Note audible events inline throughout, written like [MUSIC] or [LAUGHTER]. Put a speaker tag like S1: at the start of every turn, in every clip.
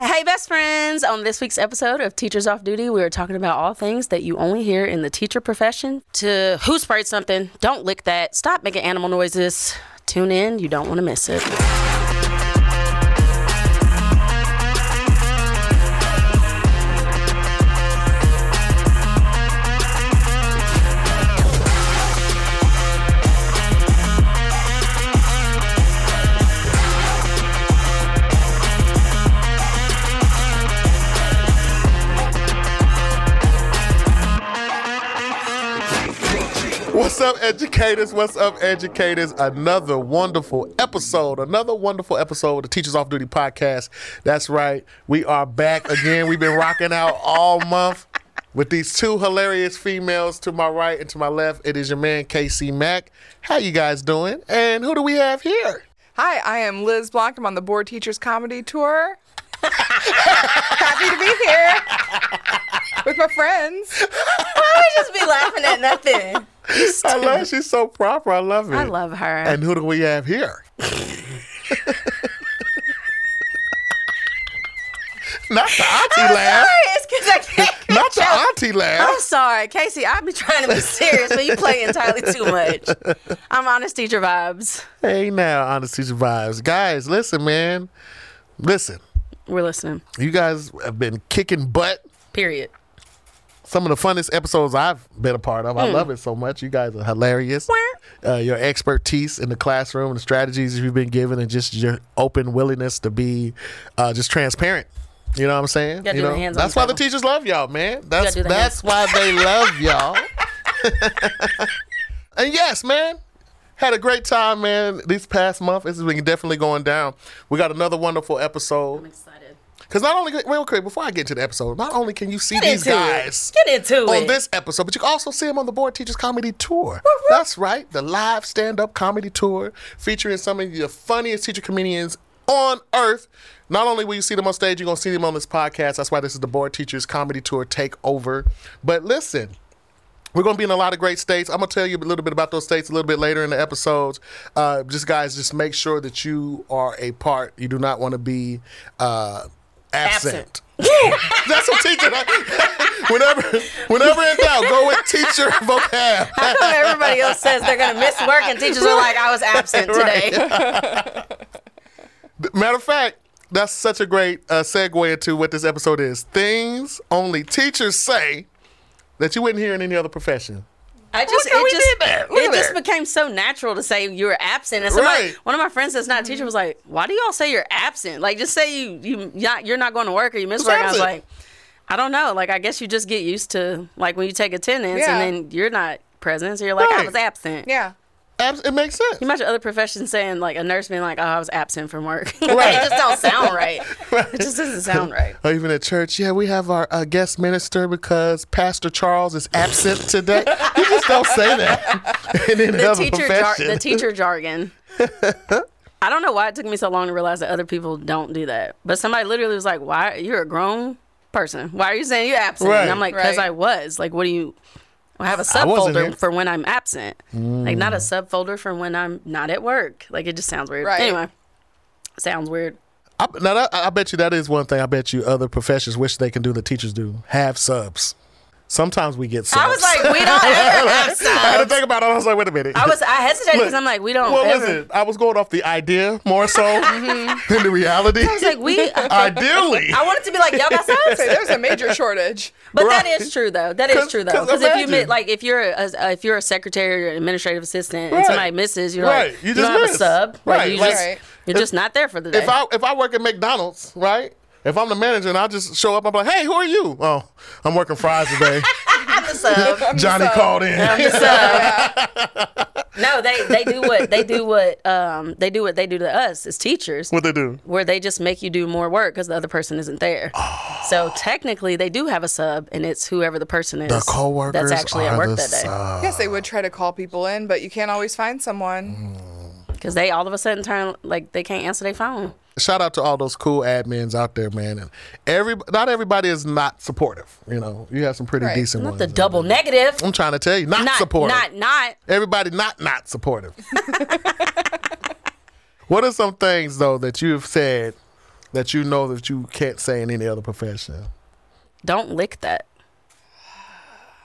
S1: Hey, best friends! On this week's episode of Teachers Off Duty, we are talking about all things that you only hear in the teacher profession. To who sprayed something? Don't lick that. Stop making animal noises. Tune in, you don't want to miss it.
S2: What's up, educators? What's up, educators? Another wonderful episode. Another wonderful episode of the Teachers Off Duty podcast. That's right. We are back again. We've been rocking out all month with these two hilarious females to my right and to my left. It is your man KC Mack. How you guys doing? And who do we have here?
S3: Hi, I am Liz Block. I'm on the Board Teachers Comedy Tour. [LAUGHS] Happy to be here with my friends.
S4: just be laughing at nothing.
S1: [LAUGHS]
S2: I love she's so proper. I love it.
S1: I love her.
S2: And who do we
S1: [LAUGHS]
S2: have here? Not the auntie laugh.
S4: It's because I
S1: [LAUGHS]
S4: can't.
S2: Not the auntie laugh.
S1: I'm sorry, Casey. I'd be trying to be serious, but you play entirely too much. I'm honest teacher vibes.
S2: Hey now, honest teacher vibes, guys. Listen, man. Listen,
S1: We're listening.
S2: you guys have been kicking butt.
S1: Period.
S2: Some of the funnest episodes I've been a part of.
S1: Hmm.
S2: I love it so much. You guys are hilarious. Uh, your expertise in the classroom, the strategies you've been given, and just your open willingness to be uh, just transparent. You know what I'm saying?
S1: Gotta
S2: you
S1: do
S2: know?
S1: the hands on
S2: that's
S1: the
S2: why the
S1: table.
S2: teachers love y'all, man. That's
S1: do the
S2: that's why
S1: [LAUGHS]
S2: they love y'all. [LAUGHS] And yes, man, had a great time, man. These past month, this has been definitely going down. We got another wonderful episode.
S1: Excited.
S2: Because not only, real quick, before I get into the episode, not only can you see these
S1: into it.
S2: guys
S1: Get into
S2: on
S1: it.
S2: this episode, but you can also see them on the Board Teachers Comedy Tour. That's right, the live stand up comedy tour featuring some of the funniest teacher comedians on earth. Not only will you see them on stage, you're going to see them on this podcast. That's why this is the Board Teachers Comedy Tour Takeover. But listen, we're going to be in a lot of great states. I'm going to tell you a little bit about those states a little bit later in the episodes. Uh, just guys, just make sure that you are a part. You do not want to be uh, absent. [LAUGHS] That's what teacher. [LAUGHS] whenever, whenever in doubt, go with teacher [LAUGHS] vocab.
S1: How come everybody else says they're gonna miss work and teachers are like, I was absent today?
S2: Matter of fact, that's such a great uh, segue into what this episode is. Things only teachers say that you wouldn't hear in any other profession.
S1: I just
S2: Look how
S1: it
S2: we
S1: just
S2: did that. Look
S1: it
S2: at
S1: just
S2: that.
S1: became so natural to say you were absent. And somebody,
S2: Right. Mm-hmm.
S1: one of my friends that's not a teacher was like, "Why do y'all say you're absent? Like just say you you not, you're not going to work or you miss
S2: Who's
S1: work." And I was
S2: absent?
S1: like, "I don't know. Like I guess you just get used to like when you take attendance
S3: Yeah.
S1: and then you're not present, so you're like,
S2: Right.
S1: I was absent."
S3: Yeah.
S2: Abs- It makes sense.
S1: Imagine other professions saying like a nurse being like, "Oh, I was absent from work." [LAUGHS]
S2: Right.
S1: Right. it just don't sound
S2: [LAUGHS]
S1: right. It just doesn't sound right.
S2: Or even at church, yeah, we have our uh, guest minister because Pastor Charles is absent today. you just don't say that [LAUGHS] in any
S1: the
S2: other
S1: teacher jar-
S2: profession.
S1: the teacher
S2: [LAUGHS]
S1: jargon. I don't know why it took me so long to realize that other people don't do that. But somebody literally was like, "Why you're a grown person? Why are you saying you're absent?"
S2: Right.
S1: And I'm like, "Cause
S3: Right.
S1: I was. Like, what do you? I have a
S2: wasn't Mm. here.
S1: subfolder for when I'm absent. Like, not a subfolder for when I'm not at work. Like, it just sounds weird.
S3: Right.
S1: Anyway, sounds weird.
S2: I, now that, I I bet you that is one thing. I bet you other professions wish they can do the teachers do have subs. Sometimes we get subs.
S1: I was like, [LAUGHS] we don't ever have
S2: [LAUGHS] I had to
S1: subs.
S2: think about it. I was like, wait a minute.
S1: I
S2: [LAUGHS]
S1: was I hesitated because
S2: Look,
S1: I'm like, we don't.
S2: well,
S1: ever. Mm-hmm.
S2: listen, I was going off the idea
S1: [LAUGHS]
S2: more so than the reality.
S1: I was
S2: [LAUGHS]
S1: like, we.
S2: Ideally,
S1: I wanted to be like, y'all
S2: [LAUGHS]
S1: got subs.
S3: Say, there's a major shortage.
S1: But
S2: Right.
S1: that is true though. That
S2: 'Cause-
S1: is true though.
S2: 'cause
S1: Because if you
S2: imagine.
S1: mi- like if you're a, a- if you're a secretary or an administrative assistant
S2: Right.
S1: and somebody misses, you're
S2: Right.
S1: like
S2: You
S1: you,
S2: just
S1: don't have a
S2: miss.
S1: sub.
S2: Right.
S1: Like, you
S2: Like,
S1: just,
S3: Right.
S1: You're just not there for the day.
S2: if I if I work at McDonald's, right? If I'm the manager and I just show up, I'm like, hey, who are you? Oh, I'm working fries
S1: [LAUGHS]
S2: today.
S1: I'm the
S2: [LAUGHS]
S1: sub.
S2: Johnny called in. [LAUGHS]
S1: I'm the sub. no, they they do what they do what um they do what they do to us as teachers.
S2: what they do?
S1: where they just make you do more work because the other person isn't there. So technically, they do have a sub, and it's whoever the person is.
S2: Ah. The coworkers
S1: that's actually
S2: are
S1: at
S2: the
S1: work that day.
S2: sub.
S3: Yes, they would try to call people in, but you can't always find
S1: Mm.
S3: someone.
S1: Because they all of a sudden turn like they can't answer their phone.
S2: Shout out to all those cool admins out there, man. And every not everybody is not supportive. You know, you have some pretty
S3: Right.
S2: decent
S1: Not
S2: ones.
S1: the double
S2: [LAUGHS]
S1: negative.
S2: I'm trying to tell you, not,
S1: Not
S2: supportive.
S1: not not.
S2: Everybody not
S1: [LAUGHS]
S2: not [LAUGHS] supportive. what are some things though that you have said that you know that you can't say in any other profession?
S1: Don't lick that.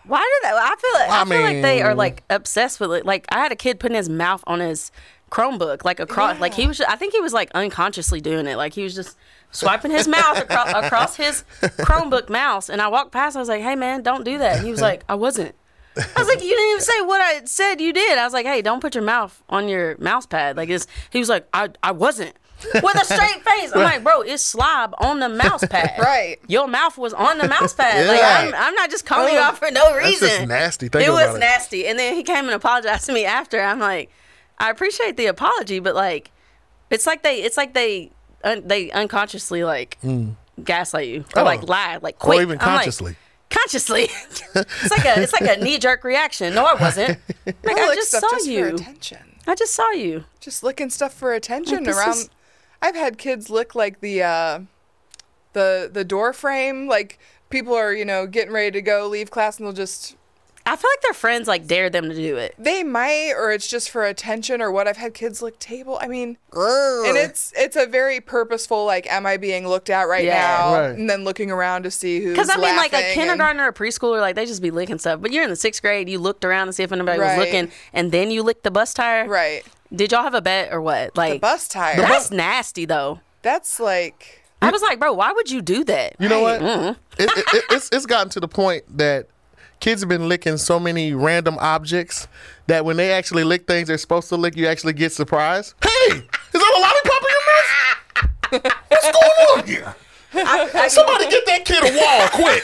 S1: Why do they? I feel. I,
S2: I
S1: feel like they are
S2: mean-
S1: like obsessed with it. Like I had a kid putting his mouth on his Chromebook, like across. Like he was. I think he was like unconsciously doing it. Like he was just swiping his mouth across, across his Chromebook mouse. And I walked past. I was like, "Hey man, don't do that." And he was like, "I wasn't." I was like, "You didn't even say what I said you did." I was like, "Hey, don't put your mouth on your mouse pad." Like it's. He was like, "I I wasn't." With a straight
S2: [LAUGHS]
S1: face, I'm like, bro, it's slob on the mouse pad.
S3: Right.
S1: Your mouth was on the mouse pad. Like,
S2: Yeah. Oh.
S1: I'm, I'm not just calling you out for no
S2: That's
S1: reason.
S2: just nasty. Think
S1: It
S2: about
S1: was
S2: it.
S1: nasty. And then he came and apologized to me after. I'm like, I appreciate the apology, but like, it's like they, it's like they, un, they unconsciously like gaslight you or
S2: Hmm. Oh.
S1: like lie, like quick.
S2: even
S1: I'm like,
S2: consciously.
S3: [LAUGHS]
S1: consciously, it's like a, it's like a knee jerk reaction. No, I
S3: [LAUGHS]
S1: wasn't. Like
S3: I'll
S1: I
S3: lick
S1: just
S3: stuff
S1: saw
S3: just For
S1: you.
S3: attention.
S1: I just saw you.
S3: Just licking stuff for attention
S1: Like, this
S3: around.
S1: is-
S3: I've had kids lick like the uh, the the door frame. Like people are you know getting ready to go leave class and they'll just
S1: I feel like their friends like dared them to do it.
S3: they might or it's just for attention or what. I've had kids lick table. I mean, and it's it's a very purposeful like, am I being looked at right
S1: Yeah.
S3: now?
S2: Right.
S3: And then looking around to see who's
S1: Because I mean, like
S3: laughing
S1: a
S3: and-
S1: kindergartner or preschooler, like they just be licking stuff. But you're in the sixth grade, you looked around to see if anybody
S3: Right.
S1: was looking, and then you licked the bus tire.
S3: right
S1: Did y'all have a bet or what? Like
S3: bus tire.
S1: That's nasty though.
S3: That's like
S1: I was like, bro, why would you do that?
S2: You know what? It, it, it, it's, it's gotten to the point that kids have been licking so many random objects that when they actually lick things they're supposed to lick, you actually get surprised. Hey, is that a lollipop in your mouth? What's going on here? Somebody get that kid a wall quick.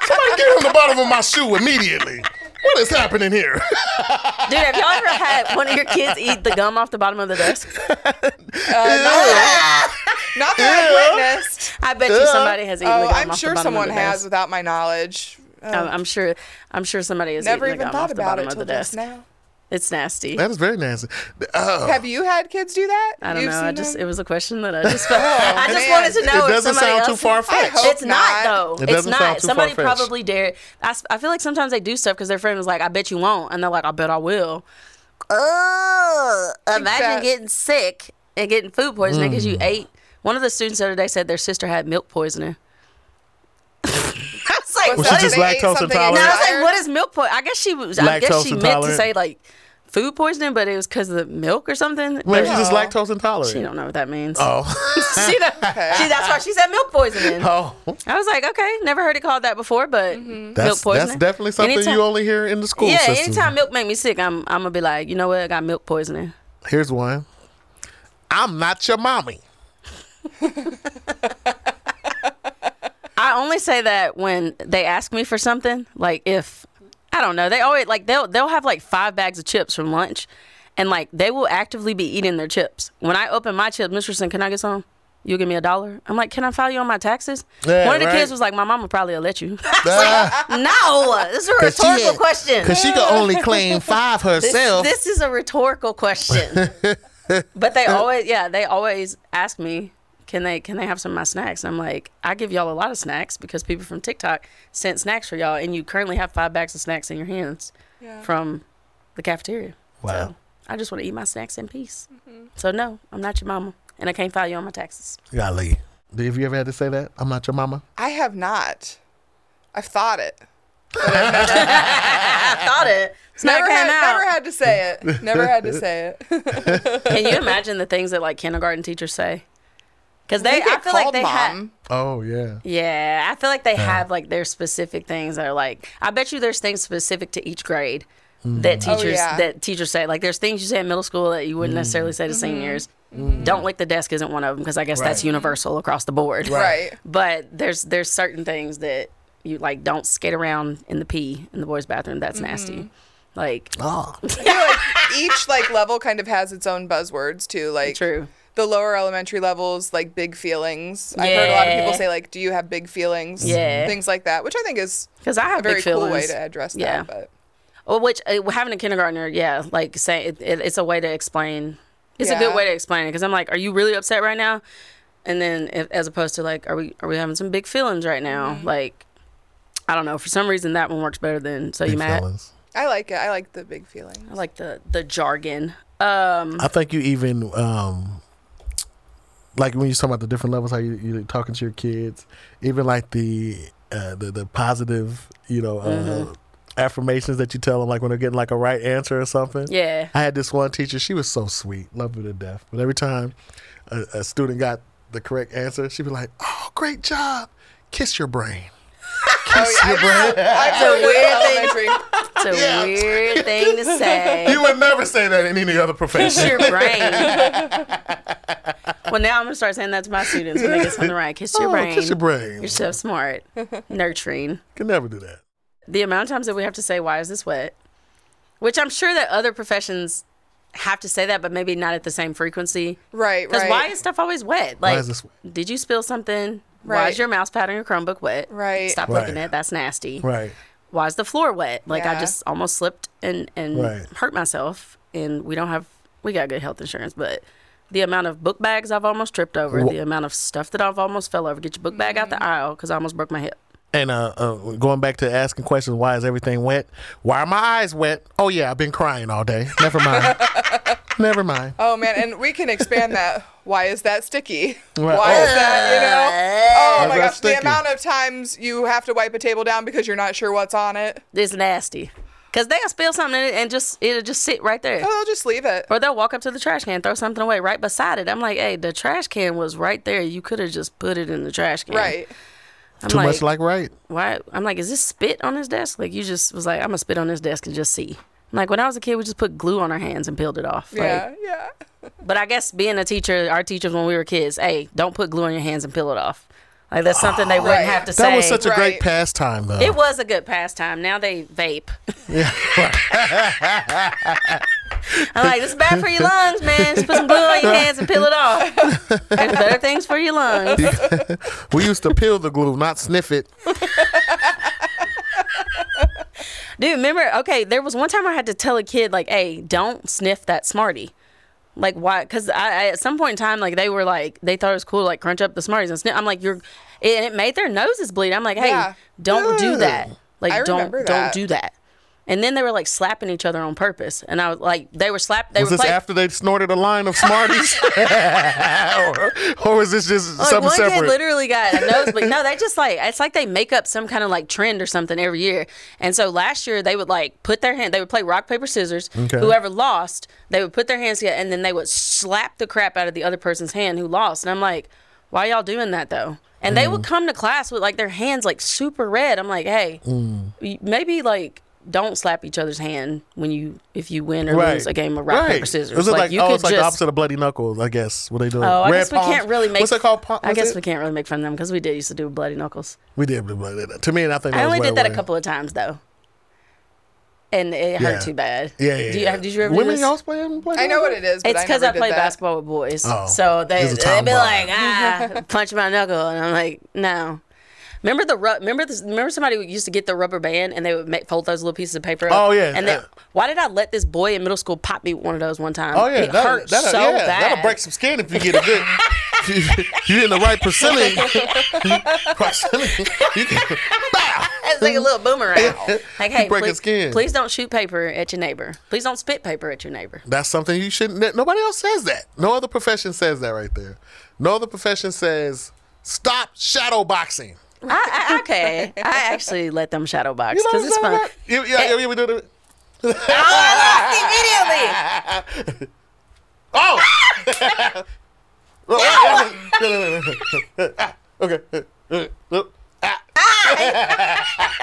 S2: Somebody get him the bottom of my shoe immediately. What is happening here?
S1: Dude, have y'all ever had one of your kids eat the gum off the bottom of the desk?
S3: not that I've
S1: [LAUGHS]
S3: witnessed.
S1: I bet you somebody has eaten the
S3: Oh,
S1: gum
S3: I'm
S1: off
S3: sure
S1: the bottom of
S3: someone
S1: the
S3: has
S1: desk. Oh,
S3: without my knowledge. Uh,
S1: I'm, I'm sure I'm sure somebody has
S3: never
S1: eaten the gum
S3: even thought
S1: off the
S3: about
S1: bottom
S3: it
S1: of the
S3: till
S1: desk.
S3: just now.
S1: It's nasty.
S2: That is very nasty. Oh.
S3: Have you had kids do that?
S1: I don't
S3: You've
S1: know.
S3: seen
S1: I just
S3: them?
S1: it was a question
S3: [LAUGHS]
S1: that I just I just
S3: man.
S1: wanted to know.
S2: it
S1: if
S2: doesn't
S1: somebody
S2: sound too
S1: else-
S2: far
S3: I
S2: fetched.
S3: hope-
S1: It's not,
S3: not.
S1: though.
S2: It
S1: it's
S2: doesn't sound
S1: not.
S2: too
S1: Somebody
S2: far-fetched.
S1: probably dared. I, s- I feel like sometimes they do stuff because their friend was like, "I bet you won't," and they're like, "I bet I will." Ugh! Imagine
S3: that-
S1: getting sick and getting food poisoning because you
S2: Mm.
S1: ate. One of the students the other day said their sister had milk poisoning. [LAUGHS] I was like,
S2: Was
S1: what
S2: she
S1: is?
S2: just
S3: They ate
S2: lactose
S3: something
S2: intolerant?
S1: no, I
S3: and
S1: was like,
S3: tired?
S1: what is milk poisoning? I guess she was. I guess
S2: Lactose
S1: she meant to
S2: intolerant.
S1: say like food poisoning, but it was because of the milk or something.
S2: Maybe
S1: But
S2: she's just
S3: No.
S2: lactose intolerant.
S1: she don't know what that means.
S2: Oh.
S1: [LAUGHS] she, don't- she- that's why she said milk poisoning.
S2: [LAUGHS] oh.
S1: I was like, okay, never heard it called that before, but milk
S2: That's,
S1: poisoning.
S2: that's definitely something
S1: Anytime-
S2: you only hear in the school
S1: Yeah,
S2: system.
S1: anytime milk make me sick, I'm I'm gonna be like, you know what, I got milk poisoning.
S2: Here's one. I'm not
S1: [LAUGHS]
S2: your mommy.
S1: I only say that when they ask me for something, like if I don't know, they always like they'll they'll have like five bags of chips from lunch, and like they will actively be eating their chips. When I open my chips, Mr. can I get some? You give me a dollar. I'm like, can I file you on my taxes?
S2: Yeah,
S1: One of the
S2: right.
S1: kids was like, my mama probably will let you. [LAUGHS]
S2: Ah,
S1: no, this is a
S2: 'cause she
S1: rhetorical
S2: had-
S1: question.
S2: she could only
S1: [LAUGHS]
S2: claim five herself.
S1: This is a rhetorical question.
S3: [LAUGHS]
S1: but they always, yeah, they always ask me, can they can they have some of my snacks? I'm like, I give y'all a lot of snacks because people from TikTok sent snacks for y'all, and you currently have five bags of snacks in your hands
S3: Yeah.
S1: from the cafeteria.
S2: Wow.
S1: So I just want to eat my snacks in peace. So no, I'm not your mama, and I can't file you on my
S3: [LAUGHS]
S1: taxes.
S2: Golly. Have you ever had to say that? I'm not your mama.
S3: I have not. I've thought it.
S1: I thought it. It's not
S3: Never
S1: came
S3: had,
S1: out.
S3: never had to say it. Never had to say it.
S1: Can you imagine the things that like kindergarten teachers say? Because they,
S3: You
S1: I
S3: [LAUGHS] get
S1: feel like
S3: called
S1: they have.
S3: mom.
S2: Oh yeah.
S1: Yeah, I feel like they have like their specific things that are like. I bet you there's things specific to each grade that teachers
S3: yeah.
S1: that teachers say. Like there's things you say in middle school that you wouldn't necessarily say to seniors.
S3: Mm-hmm.
S1: Don't lick the desk isn't one of them because I guess that's
S2: Right.
S1: universal across the board.
S3: Right.
S1: But there's there's certain things that you like. Don't skate around in the pee in the boys' bathroom. That's nasty.
S3: Mm-hmm.
S1: Like
S2: Oh.
S3: Each like level kind of has its own buzzwords too. Like
S1: True.
S3: The lower elementary levels, like big feelings. I've heard a lot of people
S1: Yeah.
S3: say like, "Do you have big feelings?"
S1: Yeah.
S3: Things like that, which I think is
S1: because I have
S3: a very
S1: big
S3: cool
S1: feelings.
S3: way to address that.
S1: Yeah.
S3: But
S1: Well, which uh, having a kindergartner, yeah, like say it, it, it's a way to explain. It's a
S3: Yeah.
S1: good way to explain it because I'm like, are you really upset right now? And then if, as opposed to like, are we are we having some big feelings right now?
S2: Mm-hmm.
S1: Like, I don't know. For some reason, that one works better than so you
S2: Big
S1: mad.
S2: feelings.
S3: I like it. I like the big feelings.
S1: I like the the jargon. Um,
S2: I think you even um like when you talk about the different levels, how you, you're talking to your kids, even like the uh, the, the positive, you know, uh,
S1: Mm-hmm.
S2: affirmations that you tell them, like when they're getting like a right answer or something.
S1: Yeah.
S2: I had this one teacher. She was so sweet, loved her to death. But every time a, a student got the correct answer, she'd be like, "Oh, great job! Kiss
S1: [LAUGHS]
S2: your brain." Kiss
S1: Oh,
S2: your brain.
S3: That's
S4: a weird
S3: thing.
S1: It's a
S2: [LAUGHS] Yeah.
S1: weird thing
S2: [LAUGHS]
S1: to say.
S2: You would never say that in any other profession.
S1: It's your brain.
S2: [LAUGHS]
S1: well, now I'm gonna start saying that to my students when they get something right. Kiss your
S2: Oh,
S1: brain.
S2: Kiss your brain.
S1: You're so
S2: [LAUGHS]
S1: smart, nurturing.
S2: Can never do that.
S1: The amount of times that we have to say, "Why is this wet?" Which I'm sure that other professions have to say that, but maybe not at the same frequency.
S3: Right,
S1: Because
S3: right.
S1: why is stuff always wet? Like,
S2: Why is this?
S1: did you spill something? Why
S3: Right.
S1: is your mouse pad on your Chromebook wet?
S3: Right.
S1: Stop
S2: Right.
S1: looking at it. That's nasty.
S2: Right.
S1: Why is the floor wet? Like I
S3: Yeah.
S1: just almost slipped and and
S2: Right.
S1: hurt myself. And we don't have we got good health insurance, but the amount of book bags I've almost tripped over,
S2: Wha-
S1: the amount of stuff that I've almost fell over. Get your book bag out
S3: Mm-hmm.
S1: the aisle because I almost broke my hip.
S2: And uh, uh, going back to asking questions, why is everything wet? Why are my eyes wet? Oh yeah, I've been crying all day. Never mind. Never mind.
S3: Oh man, and we can expand that. Why is that sticky?
S2: Right.
S3: Why
S2: Oh.
S3: is that? You know? Oh
S2: Why
S3: my
S2: is that
S3: gosh,
S2: sticky?
S3: the amount of times you have to wipe a table down because you're not sure what's on it.
S1: It's nasty because they'll spill something in it and just it'll just sit right there.
S3: Oh, they'll just leave it.
S1: Or they'll walk up to the trash can, throw something away right beside it. I'm like, hey, the trash can was right there. You could have just put it in the trash can.
S3: Right.
S1: I'm
S2: Too
S1: like,
S2: much like right.
S1: why I'm like, is this spit on his desk? Like you just was like, I'm gonna spit on his desk and just see. I'm Like when I was a kid, we just put glue on our hands and peeled it off. Like,
S3: Yeah, yeah.
S1: But I guess being a teacher, our teachers when we were kids, hey, don't put glue on your hands and peel it off. Like that's something they wouldn't
S3: Right.
S1: have to
S2: That
S1: say.
S2: was such a great
S3: Right.
S2: pastime, though.
S1: it was a good pastime. Now they vape. I'm like, this is bad for your lungs, man. Just put some glue on your hands and peel it off. There's better things for your lungs.
S2: we used to peel the glue, not sniff it.
S1: Dude, remember? Okay, there was one time I had to tell a kid like, "Hey, don't sniff that Smartie." Like why? Because I, I at some point in time, like they were like they thought it was cool, to, like crunch up the Smarties and sniff. I'm like, you're, and it made their noses bleed. I'm like, hey,
S3: Yeah.
S1: don't do
S2: Ew.
S1: that. Like
S3: I
S1: don't
S3: remember
S1: don't
S3: that.
S1: do that. And then they were like slapping each other on purpose, and I was like, they were slapped. They
S2: Was
S1: were
S2: this
S1: play-
S2: after they snorted a line of Smarties, or, or was this just
S1: Like
S2: something
S1: one
S2: separate?
S1: kid literally
S2: [LAUGHS]
S1: got a nosebleed. no, they just like it's like they make up some kind of like trend or something every year. And so last year they would like put their hand. They would play rock paper scissors.
S2: Okay.
S1: Whoever lost, they would put their hands together and then they would slap the crap out of the other person's hand who lost. And I'm like, why y'all doing that though? And they
S2: Mm.
S1: would come to class with like their hands like super red. I'm like, hey,
S2: Mm.
S1: y- maybe like. Don't slap each other's hand when you if you win or lose a game of rock
S2: Right.
S1: paper scissors.
S2: Was it like,
S1: you
S2: oh,
S1: could
S2: it's like the
S1: just-
S2: opposite of bloody knuckles? I guess what they do.
S1: Oh, I guess we can't really make.
S2: What's it called? Pom-
S1: I
S2: what's
S1: guess
S2: it?
S1: we can't really make fun of them because we did used to do bloody knuckles.
S2: We did blue blood. To me, and I think
S1: I
S2: that was
S1: only
S2: way
S1: did that a
S2: away.
S1: couple of times though, and it
S2: Yeah.
S1: hurt too bad.
S2: Yeah, yeah.
S1: Do you,
S2: yeah.
S1: Have, did you ever?
S2: Women
S1: do
S2: y'all
S1: this?
S2: playing?
S3: I know what it is, but
S1: It's because
S3: because
S1: I, played
S3: that.
S1: basketball with boys,
S2: Oh.
S1: so they
S2: He's a
S1: they'd be
S2: tomboy.
S1: like, ah, [LAUGHS] punch my knuckle, and I'm like, no. Remember the ru- remember this, remember somebody who used to get the rubber band and they would make, fold those little pieces of paper. Up
S2: Oh, yeah.
S1: and then
S2: Uh,
S1: why did I let this boy in middle school pop me with one of those one time?
S2: Oh yeah,
S1: it hurt so
S2: yeah,
S1: bad.
S2: That'll break some skin if you get a good. [LAUGHS] if you- You're in the right percentage. [LAUGHS] percentage you can,
S1: [LAUGHS] It's like a little
S2: [LAUGHS]
S1: boomerang. Like, hey,
S2: breaking
S1: please,
S2: skin.
S1: please don't shoot paper at your neighbor. Please don't spit paper at your
S2: [LAUGHS]
S1: neighbor.
S2: that's something you shouldn't. that- Nobody else says that. No other profession says that right there. No other profession says stop shadow boxing.
S1: I, I, okay, I actually let them shadow box
S2: You know
S1: because
S2: what
S1: it's
S2: I'm
S1: fun.
S2: talking about? You- yeah, yeah, we do the-
S4: Immediately.
S2: Oh. Wait, wait, wait, wait, wait, wait. [LAUGHS] okay. Nope.
S1: Ah!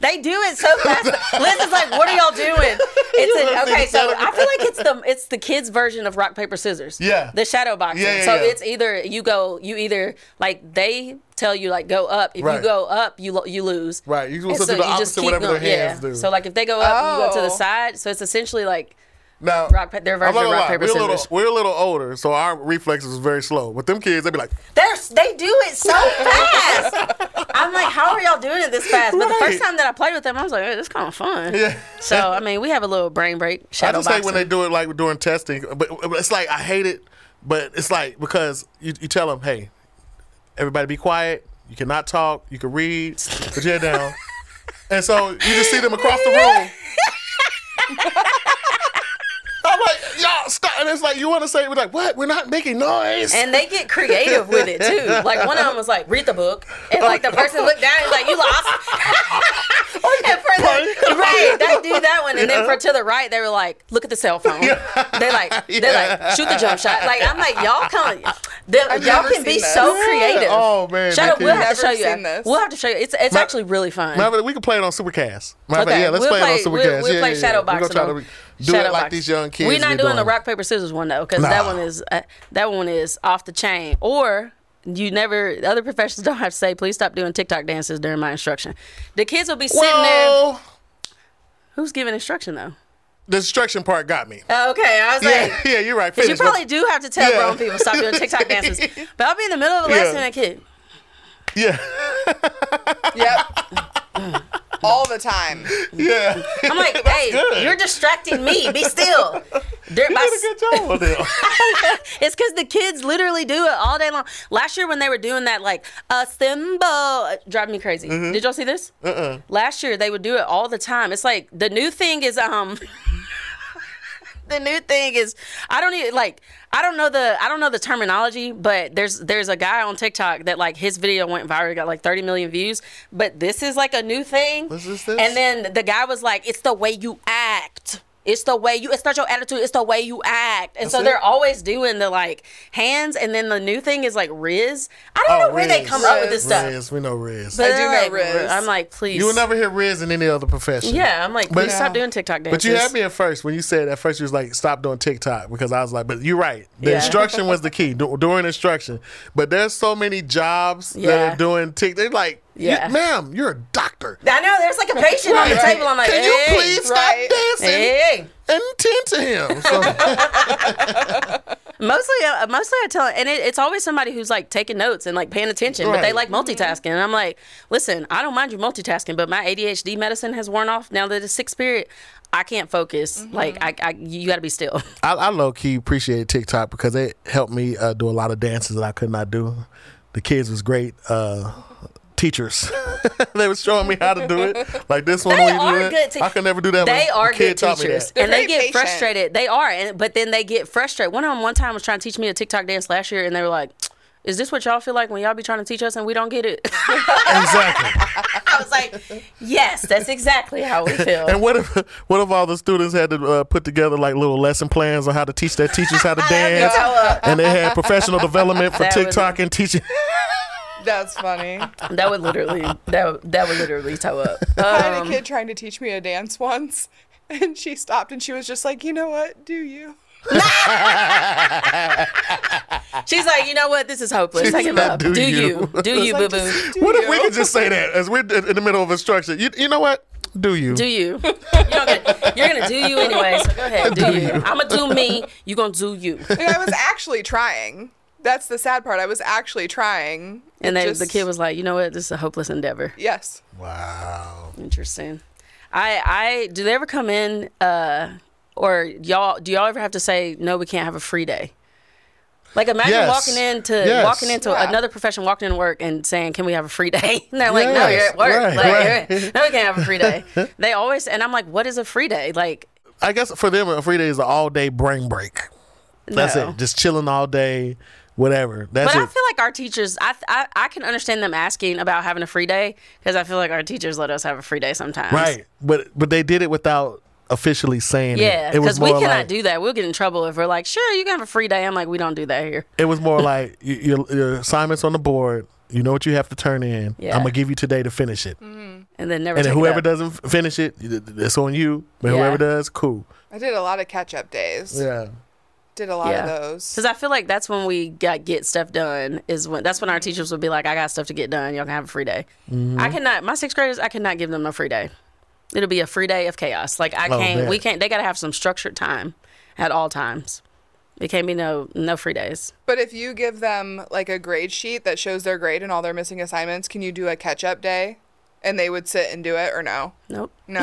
S1: They do it so fast. Liz is like, "What are y'all doing?" It's an, okay. So I feel like it's the it's the kids' version of rock paper scissors.
S2: Yeah.
S1: the shadow boxing.
S2: Yeah, yeah,
S1: so
S2: yeah.
S1: it's either you go, you either like they tell you like go up. If
S2: Right.
S1: you go up, you lo- you lose.
S2: Right, you're supposed
S1: And
S2: to do the
S1: you just
S2: opposite,
S1: keep
S2: whatever their
S1: going- yeah.
S2: hands do.
S1: So like if they go up, you go to the
S3: Oh.
S1: side. So it's essentially like
S2: Now,
S1: Rock, pa- their version
S2: I'm not
S1: of
S2: gonna
S1: rock,
S2: lie,
S1: paper,
S2: we're A little,
S1: scissors.
S2: we're a little older, so our reflexes is very slow. But them kids, they be like,
S1: They're, they do it so [LAUGHS] fast. I'm like, how are y'all doing it this fast? But the
S2: Right.
S1: first time that I played with them, I was like, hey, this kind of fun.
S2: Yeah.
S1: So I mean, we have a little brain break.
S2: I
S1: Shadow
S2: just hate when they do it like during testing. But but it's like I hate it, but it's like because you, you tell them, hey, everybody be quiet. You cannot talk. You can read. Put your head
S1: [LAUGHS]
S2: down. and so you just see them across the room. I'm like, y'all stop. and it's like you want to say we're like what? We're not making noise.
S1: And they get creative with it too. Like one of them was like, read the book. And like the person looked down and like, you lost. [LAUGHS] and for the [LAUGHS] right, they do that one. And then for to the right, they were like, look at the cell phone. They
S2: [LAUGHS]
S1: like they like shoot the jump shot. Like I'm like, y'all come the- y'all
S3: never
S1: can be
S3: seen this.
S1: so
S2: Yeah.
S1: creative.
S2: Oh, man,
S1: Shut
S2: they
S1: up, we'll
S2: can-
S1: have to show
S3: Never
S1: you.
S3: seen this.
S1: We'll have to show you. It's it's
S2: My-
S1: actually really fun.
S2: Matter of fact, we can play it on Supercast. Matter of fact,
S1: Okay,
S2: yeah, let's
S1: we'll
S2: play, it on
S1: play-
S2: Supercast.
S1: we'll- we'll
S2: yeah,
S1: play
S2: yeah,
S1: shadow
S2: yeah. We're
S1: boxing
S2: gonna
S1: on-
S2: try to do
S1: Shadow
S2: it like
S1: box.
S2: these young kids.
S1: We're not
S2: be
S1: doing the rock paper scissors one though, because that
S2: Nah.
S1: one is uh, that one is off the chain. Or you never the other professionals don't have to say, please stop doing TikTok dances during my instruction. The kids will be sitting there.
S2: Well,
S1: Who's giving instruction though?
S2: the instruction part got me.
S1: Uh, Okay, I was like.
S2: yeah, yeah, you're right.
S1: 'cause You
S2: Finish, but-
S1: probably do have to tell
S2: Yeah.
S1: grown people stop doing
S2: [LAUGHS]
S1: TikTok dances, but I'll be in the middle of a
S2: Yeah.
S1: lesson and a kid.
S2: yeah,
S3: [LAUGHS] Yep. All the time.
S1: [LAUGHS]
S2: yeah.
S1: I'm like,
S2: [LAUGHS]
S1: hey,
S2: good.
S1: you're distracting me. Be still. They're- my
S2: [LAUGHS] You did a good job on that.
S1: [LAUGHS] It's because the kids literally do it all day long. Last year when they were doing that, like a symbol, driving me crazy. Did y'all see this? Uh-uh. Last year they would do it all the time. It's like the new thing is um. [LAUGHS] The new thing is, I don't even like. I don't know the I don't know the terminology, but there's there's a guy on TikTok that like his video went viral, got like 30 million views. But this is like a new thing.
S2: What's this- this?
S1: And then the guy was like, "It's the way you act. It's the way you. It's not your attitude. It's the way you act." And so
S2: it?
S1: they're always doing the like hands, and then the new thing is like Riz. I don't know where they
S2: Riz.
S1: come up with this stuff.
S2: Riz, Oh, we know Riz.
S1: But
S3: I do know
S1: like,
S3: Riz.
S1: I'm like, please.
S2: you will never hear Riz in any other profession.
S1: Yeah, I'm like,
S2: But-
S1: please stop doing TikTok dances.
S2: But you had me at first when you said at first you was like stop doing TikTok because I was like, but you're right. The
S1: Yeah.
S2: instruction was the key du- during instruction. But there's so many jobs that
S1: Yeah.
S2: are doing TikTok. They're like, you-
S1: Yeah.
S2: ma'am, you're a doctor.
S1: I know there's like a patient on the
S2: Right.
S1: table. I'm like,
S2: can
S1: hey,
S2: you please stop
S3: right.
S2: dancing
S1: Hey.
S2: and tend to him? So,
S1: Mostly, uh, mostly I tell, and it, it's always somebody who's like taking notes and like paying attention, but they like
S2: Right.
S1: multitasking. And I'm like, listen, I don't mind you multitasking, but my ADHD medicine has worn off now that it's sixth period. I can't focus.
S2: Mm-hmm.
S1: Like, I, I you got to be still.
S2: I, I low key appreciate TikTok because it helped me uh, do a lot of dances that I could not do. The kids was great. Uh, Teachers, [LAUGHS] they was showing me how to do it. Like this one,
S1: They
S2: when you do
S1: are
S2: that,
S1: good te-
S2: I could never do that.
S1: They
S2: one.
S1: are
S2: The kid
S1: good
S2: taught me that.
S1: teachers, [LAUGHS] and they
S3: very
S1: get
S3: patient.
S1: frustrated. They are, and, but then they get frustrated. One of them one time was trying to teach me a TikTok dance last year, and they were like, "Is this what y'all feel like when y'all be trying to teach us and we don't get it?" [LAUGHS]
S2: Exactly.
S1: I was like, "Yes, that's exactly how we feel."
S2: And what if what if all the students had to uh, put together like little lesson plans on how to teach their teachers how to dance, and they had professional development
S1: [LAUGHS]
S2: for
S1: That would-
S2: TikTok and teaching.
S3: That's funny.
S1: [LAUGHS] That would literally that would- that would literally toe up.
S3: I
S1: Uh,
S3: had a kid trying to teach me a dance once, and she stopped and she was just like, you know what? Do you?
S1: she's like, you know what? This is hopeless.
S2: She
S1: I give
S2: said,
S1: up.
S2: "Do
S1: Do,
S2: you."
S1: you? Do
S3: [LAUGHS]
S1: you, boo boo?
S3: Do
S2: what if
S3: you?
S2: we could just say that as we're in the middle of instruction? You, you know what? Do you?
S1: Do you? [LAUGHS] You don't get, you're gonna do you anyway. So go ahead. Do you? I'm gonna do me. You gonna do you?
S3: And I was actually trying. That's the sad part. I was actually trying.
S1: And
S3: It
S1: then the
S3: just-
S1: kid was like, you know what? This is a hopeless endeavor.
S3: Yes.
S2: Wow.
S1: Interesting. I I do they ever come in? uh Or y'all do y'all ever have to say no? We can't have a free day. Like imagine
S2: Yes.
S1: walking into
S2: Yes.
S1: walking into
S3: Yeah.
S1: another profession, walking into work and saying, "Can we have a free day?" [LAUGHS] And they're like, "No,
S2: Yes.
S1: you're at work.
S2: Right,
S1: Like, [LAUGHS]
S2: right.
S1: No, we can't have a free
S2: [LAUGHS]
S1: day." they always and I'm like, "What is a free day?" Like,
S2: I guess for them, a free day is an all day brain break. That's
S1: No.
S2: it. Just chilling all day, whatever. That's
S1: but I
S2: it.
S1: feel like our teachers, I, I I can understand them asking about having a free day because I feel like our teachers let us have a free day sometimes.
S2: right. But but they did it without officially saying
S1: Yeah,
S2: it. It was
S1: because we
S2: more
S1: cannot
S2: like-
S1: do that. We'll get in trouble if we're like, "Sure, you can have a free day." I'm like, "We don't do that here."
S2: It was
S1: [LAUGHS]
S2: more like y- your, your assignments on the board. You know what you have to turn in.
S1: Yeah.
S2: I'm gonna give you today to finish it,
S1: and then never.
S2: and
S1: take it
S2: then whoever
S1: up.
S2: doesn't f- finish it, y- it's on you. But
S1: Yeah.
S2: whoever does, cool.
S3: I did a lot of catch up days.
S2: Yeah,
S3: Did a lot
S1: Yeah.
S3: of those.
S1: Because I feel like that's when we got get stuff done. Is when that's when our teachers would be like, "I got stuff to get done. Y'all can have a free day."
S2: Mm-hmm.
S1: I cannot. My sixth graders, I cannot give them a free day. It'll be a free day of chaos. Like I
S2: Oh,
S1: can't. We
S2: man.
S1: can't. They got to have some structured time at all times. It can't be no no free days.
S3: But if you give them like a grade sheet that shows their grade and all their missing assignments, can you do a catch up day? And they would sit and do it or no?
S1: Nope.
S3: No.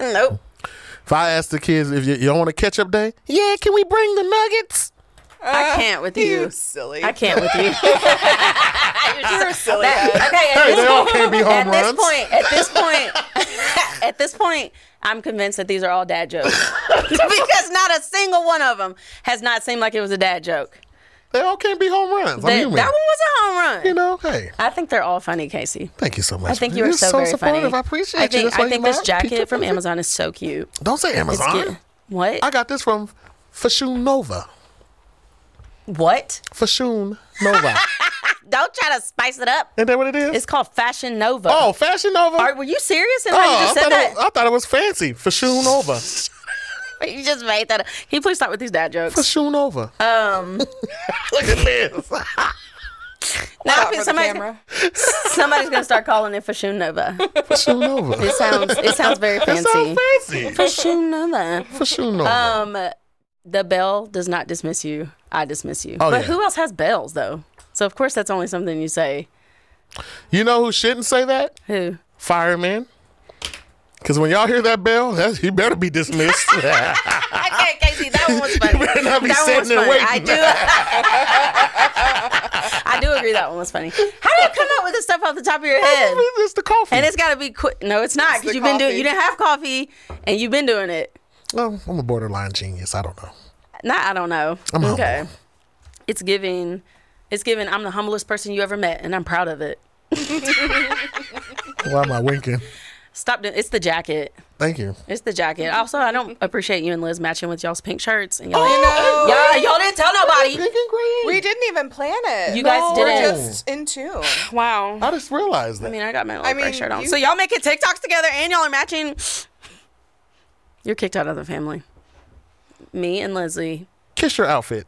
S1: Nope.
S2: if I ask the kids if you, you don't want a catch up day, yeah, can we bring the nuggets?
S1: I can't with [LAUGHS] you.
S3: you silly.
S1: I can't with you.
S3: [LAUGHS] You're a silly.
S1: That-
S3: head.
S1: okay, at
S2: Hey,
S1: this
S2: they all
S1: point-
S2: can't be home
S1: at
S2: runs.
S1: this point, [LAUGHS] at this point, at this point, I'm convinced that these are all dad jokes [LAUGHS] because not a single one of them has not seemed like it was a dad joke.
S2: They all can't be home runs. I'm
S1: That, that
S2: human.
S1: one was a home run.
S2: you know, hey,
S1: I think they're all funny, Casey.
S2: thank you so much.
S1: I think you
S2: You're
S1: are so, very
S2: supportive.
S1: funny.
S2: I appreciate
S1: I
S2: you.
S1: think,
S2: That's why
S1: I
S2: you
S1: think this
S2: laugh. Keep
S1: jacket
S2: it
S1: from
S2: moving.
S1: Amazon is so cute.
S2: Don't say
S1: It's
S2: Amazon.
S1: cute. What?
S2: I got this from Fashoon Nova.
S1: what?
S2: Fashoon
S1: [LAUGHS]
S2: Nova.
S1: Don't try to spice it up.
S2: Isn't that what it is?
S1: It's called Fashion Nova.
S2: oh, Fashion Nova.
S1: Are, were you serious in
S2: oh,
S1: how you just
S2: I,
S1: said
S2: thought
S1: that?
S2: It was, I thought it was fancy. Fashoon Nova.
S1: [LAUGHS] You just made that up. Can you please stop with these dad jokes? [LAUGHS]
S2: Fashoon Nova. [LAUGHS]
S1: Um,
S2: Look at [LAUGHS] this.
S1: now
S3: for the
S1: somebody's,
S3: camera.
S1: [LAUGHS] somebody's gonna start calling it Fashoon Nova.
S2: Fashoon Nova. [LAUGHS]
S1: It sounds it sounds very
S2: It's
S1: fancy.
S2: so
S1: [LAUGHS]
S2: fancy.
S1: Fashoon Nova.
S2: Fashoon Nova.
S1: Um, the bell does not dismiss you. I dismiss you.
S2: Oh,
S1: but
S2: yeah.
S1: who else has bells though? So of course that's only something you say.
S2: you know who shouldn't say that? [LAUGHS]
S1: Who?
S2: Fireman. Because when y'all hear that bell, that's, he better be dismissed. [LAUGHS]
S4: Okay, Casey, that one was funny.
S2: better not be
S1: That one was
S2: sitting there
S1: funny.
S2: waiting. [LAUGHS]
S1: I do. [LAUGHS] I do agree that one was funny. How do you come up with this stuff off the top of your head?
S2: it's the coffee.
S1: And it's got to be quick. No, it's not because
S3: the
S1: you've been doing.
S3: coffee.
S1: You didn't have coffee, and you've been doing it.
S2: Oh, I'm a borderline genius. I don't know.
S1: Not, I don't know.
S2: I'm
S1: okay.
S2: humble.
S1: It's giving. It's giving. I'm the humblest person you ever met, and I'm proud of it.
S2: Why am I winking?
S1: Stop. doing It's the jacket.
S2: Thank you.
S1: It's the jacket. Also, I don't appreciate you and Liz matching with y'all's pink shirts. And y'all,
S3: Oh,
S1: [GASPS]
S3: No,
S1: y'all, y'all didn't tell nobody.
S2: Pink and green.
S3: we didn't even plan it.
S1: You guys
S3: we're
S1: didn't.
S3: just in tune.
S1: Wow. I
S2: I just realized that.
S1: mean, I got my little
S3: I mean,
S1: shirt on.
S3: you-
S1: So y'all making TikToks together, and y'all are matching. You're kicked out of the family. Me and Leslie.
S2: Kiss your outfit.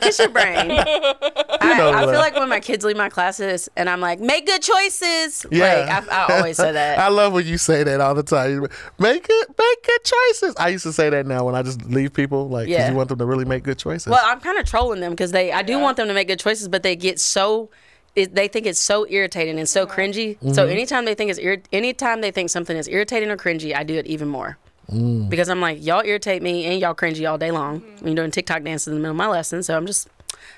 S1: Kiss your brain.
S2: know
S1: I, I
S2: what?
S1: feel like when my kids leave my classes and I'm like, make good choices.
S2: Yeah.
S1: Like, I, I always say that.
S2: [LAUGHS] I love when you say that all the time. Make it, make good choices. I used to say that now when I just leave people, like, 'cause
S1: Yeah.
S2: you want them to really make good choices.
S1: well, I'm kind of trolling them because they, I do want them to make good choices, but they get so, it, they think it's so irritating and so cringy. So
S2: Mm-hmm.
S1: anytime they think it's, irri- anytime they think something is irritating or cringy, I do it even more.
S2: Mm.
S1: Because I'm like, y'all irritate me and y'all cringy all day long when you're doing TikTok dances in the middle of my lesson. So I'm just,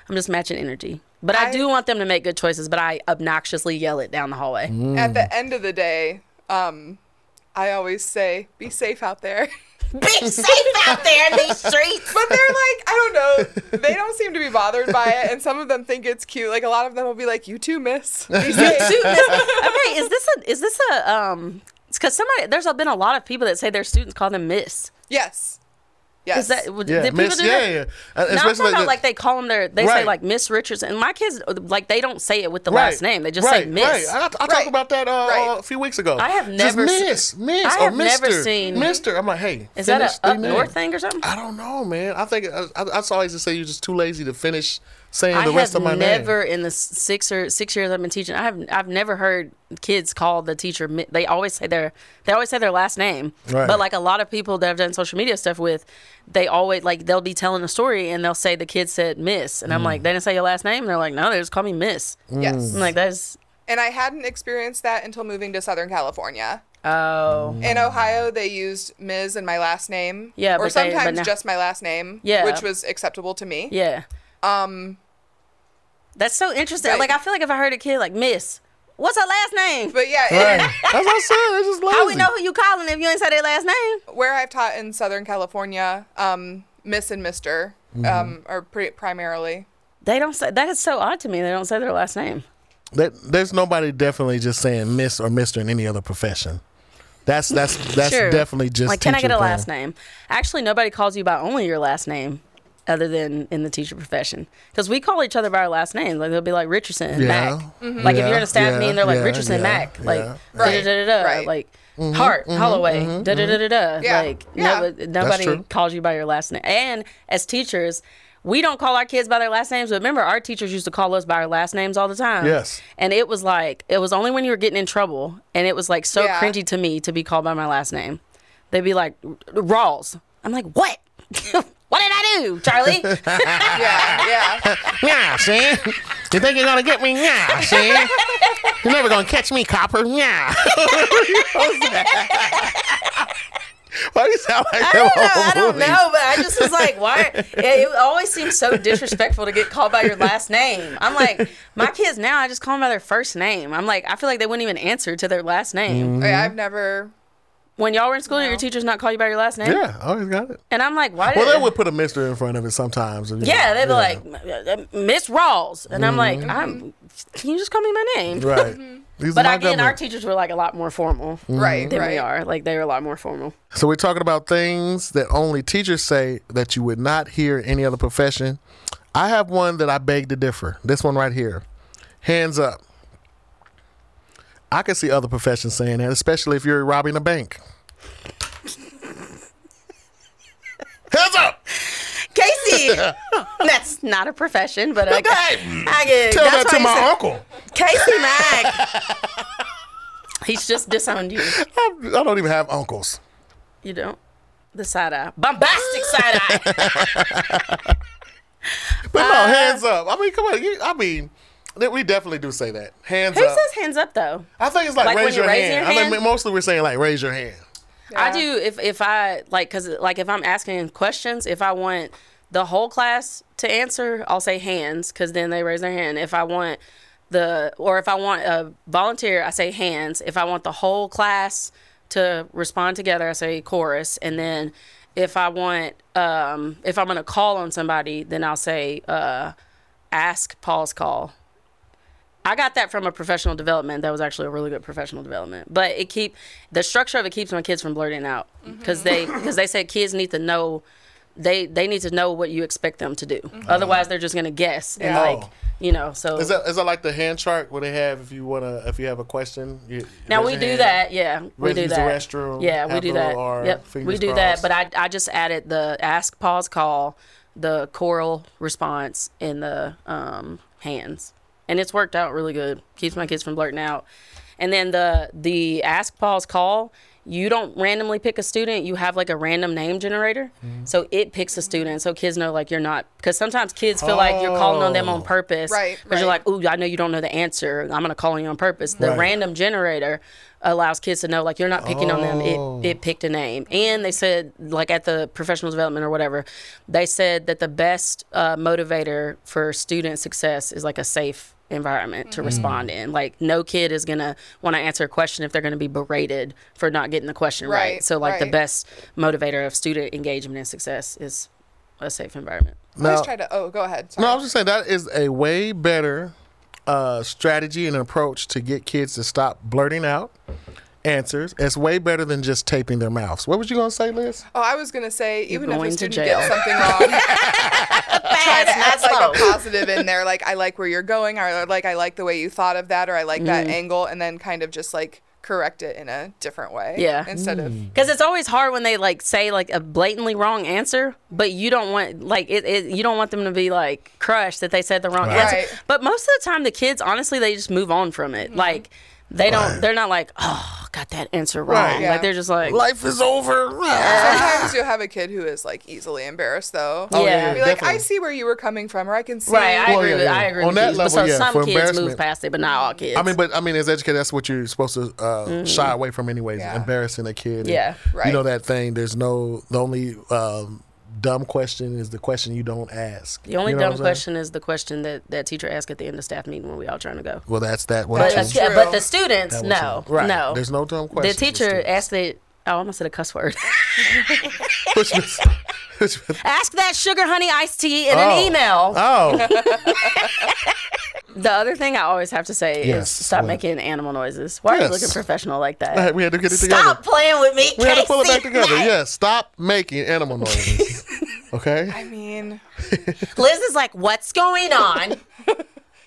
S1: I'm just matching energy. But I,
S3: I-
S1: do want them to make good choices, but I obnoxiously yell it down the hallway.
S3: Mm. At the end of the day, um, I always say, "Be safe out there." [LAUGHS]
S4: Be safe out there in these
S1: [LAUGHS]
S4: streets.
S3: But they're like, I don't know. They don't seem to be bothered by it, and some of them think it's cute. Like a lot of them will be like, "You too, miss." [LAUGHS] Be safe."
S1: okay, is this a is this a um? Because somebody there's been a lot of people that say their students call them Miss.
S3: yes. Yes.
S1: Is that would,
S2: yeah,
S1: did
S2: miss,
S1: people do
S2: yeah,
S1: that?
S2: yeah. Uh,
S1: No, I'm
S2: especially
S1: talking about
S2: the-
S1: like they call them their they say
S2: Right.
S1: like Miss Richards and my kids like they don't say it with the last name they just
S2: right,
S1: say Miss.
S2: Right. I, I talked
S3: Right.
S2: about that uh,
S3: Right.
S2: a few weeks ago.
S1: I have
S2: Just
S1: never se-
S2: Miss, Miss,
S1: I
S2: or
S1: have never
S2: Mister,
S1: seen-
S2: Mister. I'm like, hey,
S1: Is that
S2: finish
S1: a
S2: the
S1: up
S2: name.
S1: north thing or something?
S2: I don't know, man. I think I, I, I always just say you're just too lazy to finish saying
S1: I
S2: the rest
S1: have
S2: of my name.
S1: never in the s- six or six years I've been teaching. I have I've never heard kids call the teacher. mi- They always say their they always say their last name.
S2: Right.
S1: But like a lot of people that I've done social media stuff with, they always like they'll be telling a story and they'll say the kid said Miss,
S2: Mm.
S1: and I'm like they didn't say your last name. They're like no, they just call me Miss.
S3: yes.
S1: I'm like that's
S3: and I hadn't experienced that until moving to Southern California.
S1: oh
S2: Mm.
S3: In Ohio, they used Ms. and my last name.
S1: Yeah,
S3: Or
S1: but they- but
S3: sometimes
S1: now-
S3: just my last name.
S1: Yeah.
S3: Which was acceptable to me.
S1: yeah.
S3: Um,
S1: That's so interesting.
S3: Right.
S1: Like I feel like if I heard a kid like Miss, what's her last name?
S3: but yeah,
S2: Right.
S3: it-
S2: That's what I'm saying. It's just lazy.
S1: [LAUGHS] How we know who you calling if you ain't say their last name?
S3: where I've taught in Southern California, um, Miss and Mister
S2: Mm-hmm.
S3: um, are pri primarily.
S1: They don't say that is so odd to me. They don't say their last name.
S2: That, there's nobody definitely just saying Miss or Mister in any other profession. That's that's that's
S1: Sure.
S2: definitely just.
S1: like can i
S2: teacher
S1: get a
S2: thing.
S1: last name actually nobody calls you by only your last name other than in the teacher profession because we call each other by our last names like they'll be like richardson
S2: Yeah.
S1: mac
S2: Mhm.
S1: like if
S2: Yeah,
S1: you're in a staff
S2: yeah,
S1: meeting they're like
S2: yeah,
S1: richardson
S2: yeah,
S1: mac like
S2: yeah. Mm-hmm,
S1: da
S3: Mm-hmm. Right,
S1: da da da
S3: right.
S1: like hart holloway da da da da da
S3: Yeah,
S1: like
S3: yeah.
S1: no- nobody
S2: true.
S1: calls you by your last name and as teachers we don't call our kids by their last names, but remember, our teachers used to call us by our last names all the time.
S2: Yes.
S1: And it was like, it was only when you were getting in trouble, and it was like so
S3: Yeah.
S1: cringy to me to be called by my last name. They'd be like, Rawls. I'm like, what? [LAUGHS] what did I do,
S2: [LAUGHS]
S1: Charlie?
S3: Yeah, yeah.
S2: [LAUGHS] Mm-hmm. Yeah, see? You think you're gonna get me? Yeah, see? You're [LAUGHS] never gonna catch me, copper. Yeah. Why Why do you sound like
S1: I
S2: them
S1: don't know.
S2: all
S1: I don't
S2: movies?
S1: know, but I just
S2: [LAUGHS]
S1: was like, why? It, it always seems so disrespectful to get called by your last name. I'm like, my kids now, I just call them by their first name. I'm like, I feel like they wouldn't even answer to their last name.
S2: Mm.
S3: Like, I've never.
S1: When y'all were in school, did your teachers not call you by your last name?
S2: Yeah, I always got it.
S1: And I'm like, why? Did
S2: Well, they would put a mister in front of it sometimes. and, you
S1: Yeah,
S2: know,
S1: they'd be like, Miss Rawls, and I'm like, I'm. Can you just call me my name?
S2: Mm-hmm. right. These
S1: Mm-hmm. But
S2: are my
S1: again, our
S2: government.
S1: teachers were like a lot more formal
S2: Mm-hmm.
S3: Right,
S1: than we
S3: right.
S1: are. Like they were a lot more formal.
S2: So we're talking about things that only teachers say that you would not hear in any other profession. I have one that I beg to differ. This one right here. Hands up. I can see other professions saying that, especially if you're robbing a bank. [LAUGHS] Hands up! [LAUGHS]
S1: Casey, that's not a profession, but okay.
S2: Hey,
S1: I get,
S2: tell
S1: that's
S2: that to
S1: why
S2: my
S1: he
S2: uncle.
S1: said, Casey
S2: [LAUGHS]
S1: Mack. He's just disowned you.
S2: I, I don't even have uncles.
S1: You don't. The side eye, bombastic side
S2: [LAUGHS]
S1: eye.
S2: But
S1: Uh,
S2: no, hands up. I mean, come on. You, I mean, that- we definitely do say that. Hands
S1: Who
S2: up.
S1: says hands up though?
S2: I think it's like,
S1: like when
S2: raise
S1: you
S2: your
S1: raise
S2: hand.
S1: your
S2: I
S1: hand?
S2: think mostly we're saying like raise your hand.
S1: I
S3: Yeah.
S1: do if if I like because like if I'm asking questions, if I want the whole class to answer, I'll say hands because then they raise their hand. If I want the or if I want a volunteer, I say hands. If I want the whole class to respond together, I say chorus. And then if I want um, if I'm gonna call on somebody, then I'll say uh, ask Paul's call. I got that from a professional development. That was actually a really good professional development. But it keep the structure of it keeps my kids from blurting out because they because they said kids need to know they they need to know what you expect them to do. Otherwise, they're just gonna guess and
S2: Yeah.
S1: like
S2: Oh.
S1: you know. So
S2: Is that is that like the hand chart where they have if you wanna if you have a question? You,
S1: now
S2: raise
S1: we
S2: your
S1: do
S2: hand.
S1: that. Yeah, we
S2: Raise-
S1: do
S2: use the
S1: that.
S2: restroom,
S1: yeah, we
S2: have
S1: do
S2: the
S1: that.
S2: little R,
S1: Yep, we
S2: fingers
S1: do that.
S2: crossed.
S1: But I I just added the ask, pause, call, the choral response, and the um, hands, and it's worked out really good. Keeps my kids from blurting out. And then the the ask, pause, call. You don't randomly pick a student. You have like a random name generator,
S2: Mm-hmm.
S1: so it picks a student. So kids know like you're not because sometimes kids feel like you're calling on them on
S2: Oh.
S1: purpose.
S3: Right,
S1: Because you're
S3: right.
S1: like, ooh, I know you don't know the answer. I'm gonna call on you on purpose. The
S2: Right.
S1: random generator allows kids to know like you're not picking on
S2: Oh.
S1: them. It it picked a name, and they said like at the professional development or whatever, they said that the best uh, motivator for student success is like a safe environment
S2: Mm.
S1: to respond in. Like no kid is gonna want to answer a question if they're gonna be berated for not getting the question right.
S3: Right,
S1: So like the
S3: right.
S1: best motivator of student engagement and success is a safe environment.
S3: I always
S2: Now-
S3: try to. Oh, go ahead. Sorry.
S2: No, I was just saying that is a way better uh, strategy and approach to get kids to stop blurting out answers. It's way better than just taping their mouths. What was you gonna say, Liz?
S3: Oh, I was gonna say even if
S1: going
S3: a
S1: to
S3: student
S1: jail.
S3: gets
S1: [LAUGHS]
S3: something wrong, try
S4: Fast,
S3: to
S4: not
S3: add [LAUGHS] like a
S4: slow.
S3: positive in there, like I like where you're going, or like I like the way you thought of that, or I like
S1: Mm-hmm.
S3: that angle, and then kind of just like correct it in a different way.
S1: Yeah.
S3: Instead of
S2: Mm.
S1: Because it's always hard when they like say like a blatantly wrong answer, but you don't want like it, it you don't want them to be like crushed that they said the wrong
S2: Right.
S1: answer.
S3: Right.
S1: But most of the time, the kids honestly they just move on from it. Like they don't, they're not like oh got that answer wrong.
S2: Right.
S3: Yeah.
S1: Like they're just like
S2: Life
S1: [LAUGHS]
S2: is over.
S3: sometimes you'll have a kid who is like easily embarrassed though.
S1: yeah.
S3: Be like,
S2: Oh, definitely.
S3: I see where you were coming from, or I can see.
S1: right. I
S2: Well,
S1: agree.
S2: yeah,
S1: with,
S2: yeah.
S1: I agree.
S2: On
S1: with
S2: that
S1: you. But
S2: level,
S1: so
S2: yeah,
S1: some
S2: for
S1: kids move
S2: embarrassment.
S1: past it, but not all kids.
S2: I mean, but I mean, as educated, that's what you're supposed to uh, shy away from, anyways.
S3: Yeah.
S2: Embarrassing a kid. and
S1: Mm. Yeah,
S3: right.
S2: You know that thing. There's no the only um, dumb question is the question you don't ask.
S1: the only
S2: You know what
S1: dumb
S2: I'm saying?
S1: question is the question that that teacher asked at the end of staff meeting when we all trying to go.
S2: Well, that's that one.
S1: But,
S2: too.
S1: uh,
S3: That's
S1: yeah,
S3: true.
S1: but the students,
S2: That one
S1: no,
S2: too. right.
S1: no.
S2: There's no dumb
S1: the
S2: question.
S1: teacher
S2: [LAUGHS]
S1: asked it. oh, I almost said a cuss word.
S2: Which was,
S1: [LAUGHS]
S2: which was,
S1: Ask that sugar honey iced tea in
S2: Oh.
S1: an email.
S2: oh,
S1: The other thing I always have to say
S2: Yes,
S1: is stop
S2: what?
S1: making animal noises. Why are you
S2: Yes.
S1: looking professional like
S2: All right,
S1: that?
S2: we had to get it together.
S4: Stop playing with me,
S2: We had to pull it back
S4: Casey.
S2: together.
S4: Mack.
S2: Yeah, stop making
S1: [LAUGHS]
S2: animal noises. Okay.
S3: I mean,
S4: Liz is like, what's going on?
S1: [LAUGHS]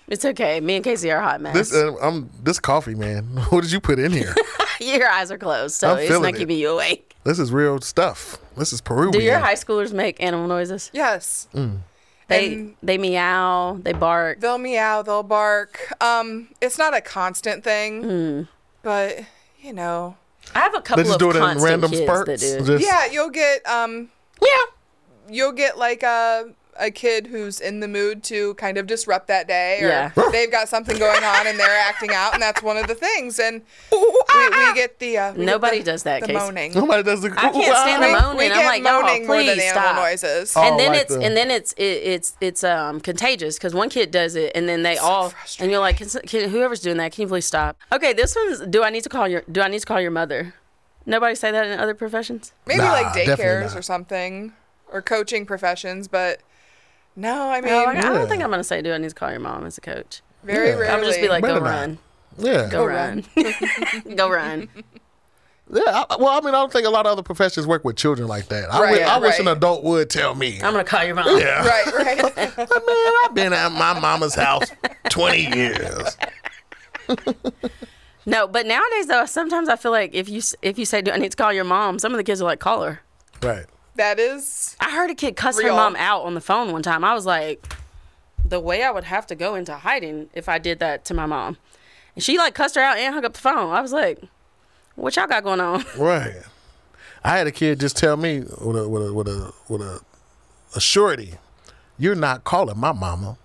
S1: It's okay. Me and Casey are hot mess.
S2: This uh, I'm this coffee man. [LAUGHS] What did you put in here?
S1: [LAUGHS] Your eyes are closed, so
S2: I'm
S1: it's
S2: feeling
S1: not
S2: it.
S1: keeping you awake.
S2: This is real stuff. This is Peruvian.
S1: Do your high schoolers make animal noises?
S3: yes,
S2: Mm.
S1: They
S3: And-
S1: they meow, they bark.
S3: they'll meow, they'll bark. Um, it's not a constant thing,
S1: Mm.
S3: but you know,
S1: I have a
S2: They
S1: couple
S2: just
S1: of
S2: do it in
S1: constant
S2: random
S1: kids
S2: spurts.
S1: that do. it.
S2: Just-
S3: yeah, you'll get um,
S1: Yeah.
S3: you'll get like a a kid who's in the mood to kind of disrupt that day,
S2: [LAUGHS]
S3: or
S1: Yeah.
S3: they've got something going on and they're acting out, and that's one of the things. And we, we
S1: [LAUGHS]
S3: get the uh, we get
S1: Nobody
S3: the-
S1: does that,
S3: the
S1: Casey.
S3: moaning.
S2: Nobody does the.
S1: I can't stand
S3: We-
S1: the moaning.
S3: We
S1: I'm
S3: get
S1: like, y'all,
S3: moaning more than
S1: please
S3: animal
S1: stop.
S3: noises.
S2: Oh,
S1: and then
S2: like
S1: it's
S2: the-
S1: and then it's it, it's it's um contagious because one kid does it and then they all and you're like can, s- can, whoever's doing that can you please stop okay this one's do I need to call your do I need to call your mother nobody say that in other professions
S3: Maybe
S2: Nah,
S3: like
S2: definitely
S3: daycares
S2: not.
S3: or something, or coaching professions, but no, I mean,
S1: Oh, I, I
S2: Yeah.
S1: don't think I'm gonna say do I need to call your mom as a coach
S3: very
S2: Yeah.
S3: rarely.
S1: I'm just be like go
S2: Better not.
S1: run
S2: Yeah.
S1: go run [LAUGHS] go run
S2: Yeah. I, well, I mean, I don't think a lot of other professions work with children like that. I,
S3: Right,
S2: wi- I wish an
S3: right.
S2: adult would tell me.
S1: I'm gonna call your mom
S2: yeah.
S3: [LAUGHS]
S1: [LAUGHS]
S3: right, right.
S2: [LAUGHS] Man, I've been at my mama's house 20
S3: [LAUGHS]
S2: years.
S1: no but nowadays though sometimes I feel like if you s- if you say do I need to call your mom some of the kids are like call her
S2: Right.
S3: that is
S1: I heard a kid cuss her
S3: Real.
S1: mom out on the phone one time. I was like, the way I would have to go into hiding if I did that to my mom. And she like cussed her out and hung up the phone. I was like, what y'all got going on? [LAUGHS]
S2: Right. I had a kid just tell me with a with a with a with a, a surety, you're not calling my mama.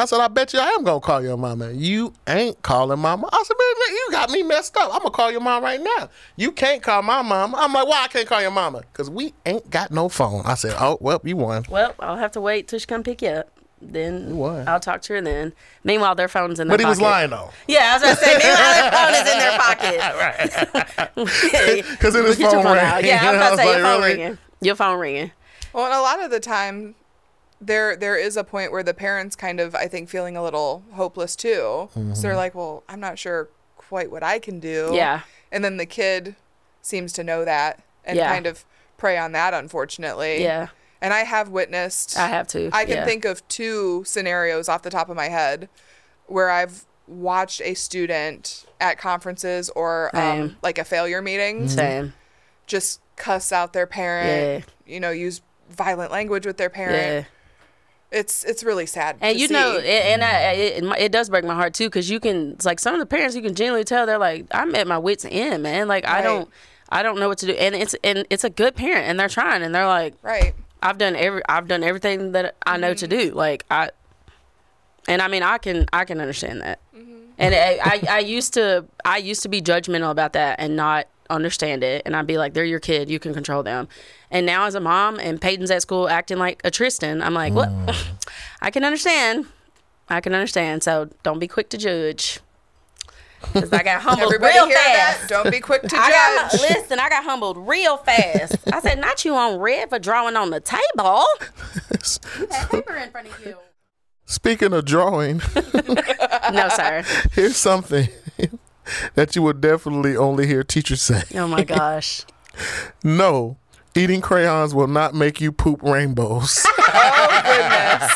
S2: I said, I bet you I am gonna call your mama. You ain't calling mama. I said, man, you got me messed up. I'm gonna call your mom right now. You can't call my mama. I'm like, why I can't call your mama? Cause we ain't got no phone. I said, oh well, you won.
S1: Well, I'll have to wait till she come pick you up. Then
S2: What?
S1: I'll talk to her then. Meanwhile, their phone's in their
S2: But he was
S1: pocket.
S2: lying though,
S1: Yeah, I was gonna say, meanwhile, their phone is
S2: [LAUGHS]
S1: in their pocket. [LAUGHS] Right.
S2: cause in his phone, rang.
S1: Yeah, I was
S2: And [LAUGHS]
S1: about to
S2: was
S1: say, your
S2: like,
S1: phone
S2: really?
S1: ringing. Your phone ringing.
S3: well, and a lot of the time, there there is a point where the parents kind of I think feeling a little hopeless too. So they're like, well, I'm not sure quite what I can do.
S1: Yeah.
S3: and then the kid seems to know that and
S1: Yeah.
S3: kind of prey on that, unfortunately.
S1: Yeah.
S3: and I have witnessed.
S1: I have to.
S3: I can
S1: yeah.
S3: think of two scenarios off the top of my head where I've watched a student at conferences or um,
S1: Same.
S3: like a failure meeting
S1: Same.
S3: just cuss out their parent, you know, use violent language with their
S1: Yeah.
S3: parent. It's it's really sad.
S1: And
S3: to
S1: you know,
S3: see.
S1: it, and I, I- it, it- it does break my heart too, because you can it's like some of the parents you can genuinely tell they're like, I'm at my wits end, man. Like I
S3: Right.
S1: don't, I don't know what to do, and it's and it's a good parent, and they're trying, and they're like,
S3: right.
S1: I've done every, I've done everything that I know to
S3: Mm-hmm.
S1: do, like I, and I mean I can I can understand that,
S3: Mm-hmm.
S1: and I, I I used to I used to be judgmental about that and not understand it, and I'd be like, they're your kid, you can control them, and now as a mom and Peyton's at school acting like a Tristan, I'm like, what? [LAUGHS] I can understand. I can understand. So don't be quick to judge. 'Cause I
S3: [LAUGHS]
S1: got humbled
S3: Everybody
S1: real
S3: hear
S1: fast.
S3: that? Don't be quick to
S1: [LAUGHS] I got,
S3: judge.
S1: listen, I got humbled real fast. I said, not you on red for drawing on the table. Paper in front of you.
S2: Speaking of drawing. [LAUGHS]
S1: No, sir.
S2: here's something [LAUGHS] that you will definitely only hear teachers say.
S1: Oh my gosh.
S2: No, eating crayons will not make you poop rainbows.
S3: Oh goodness.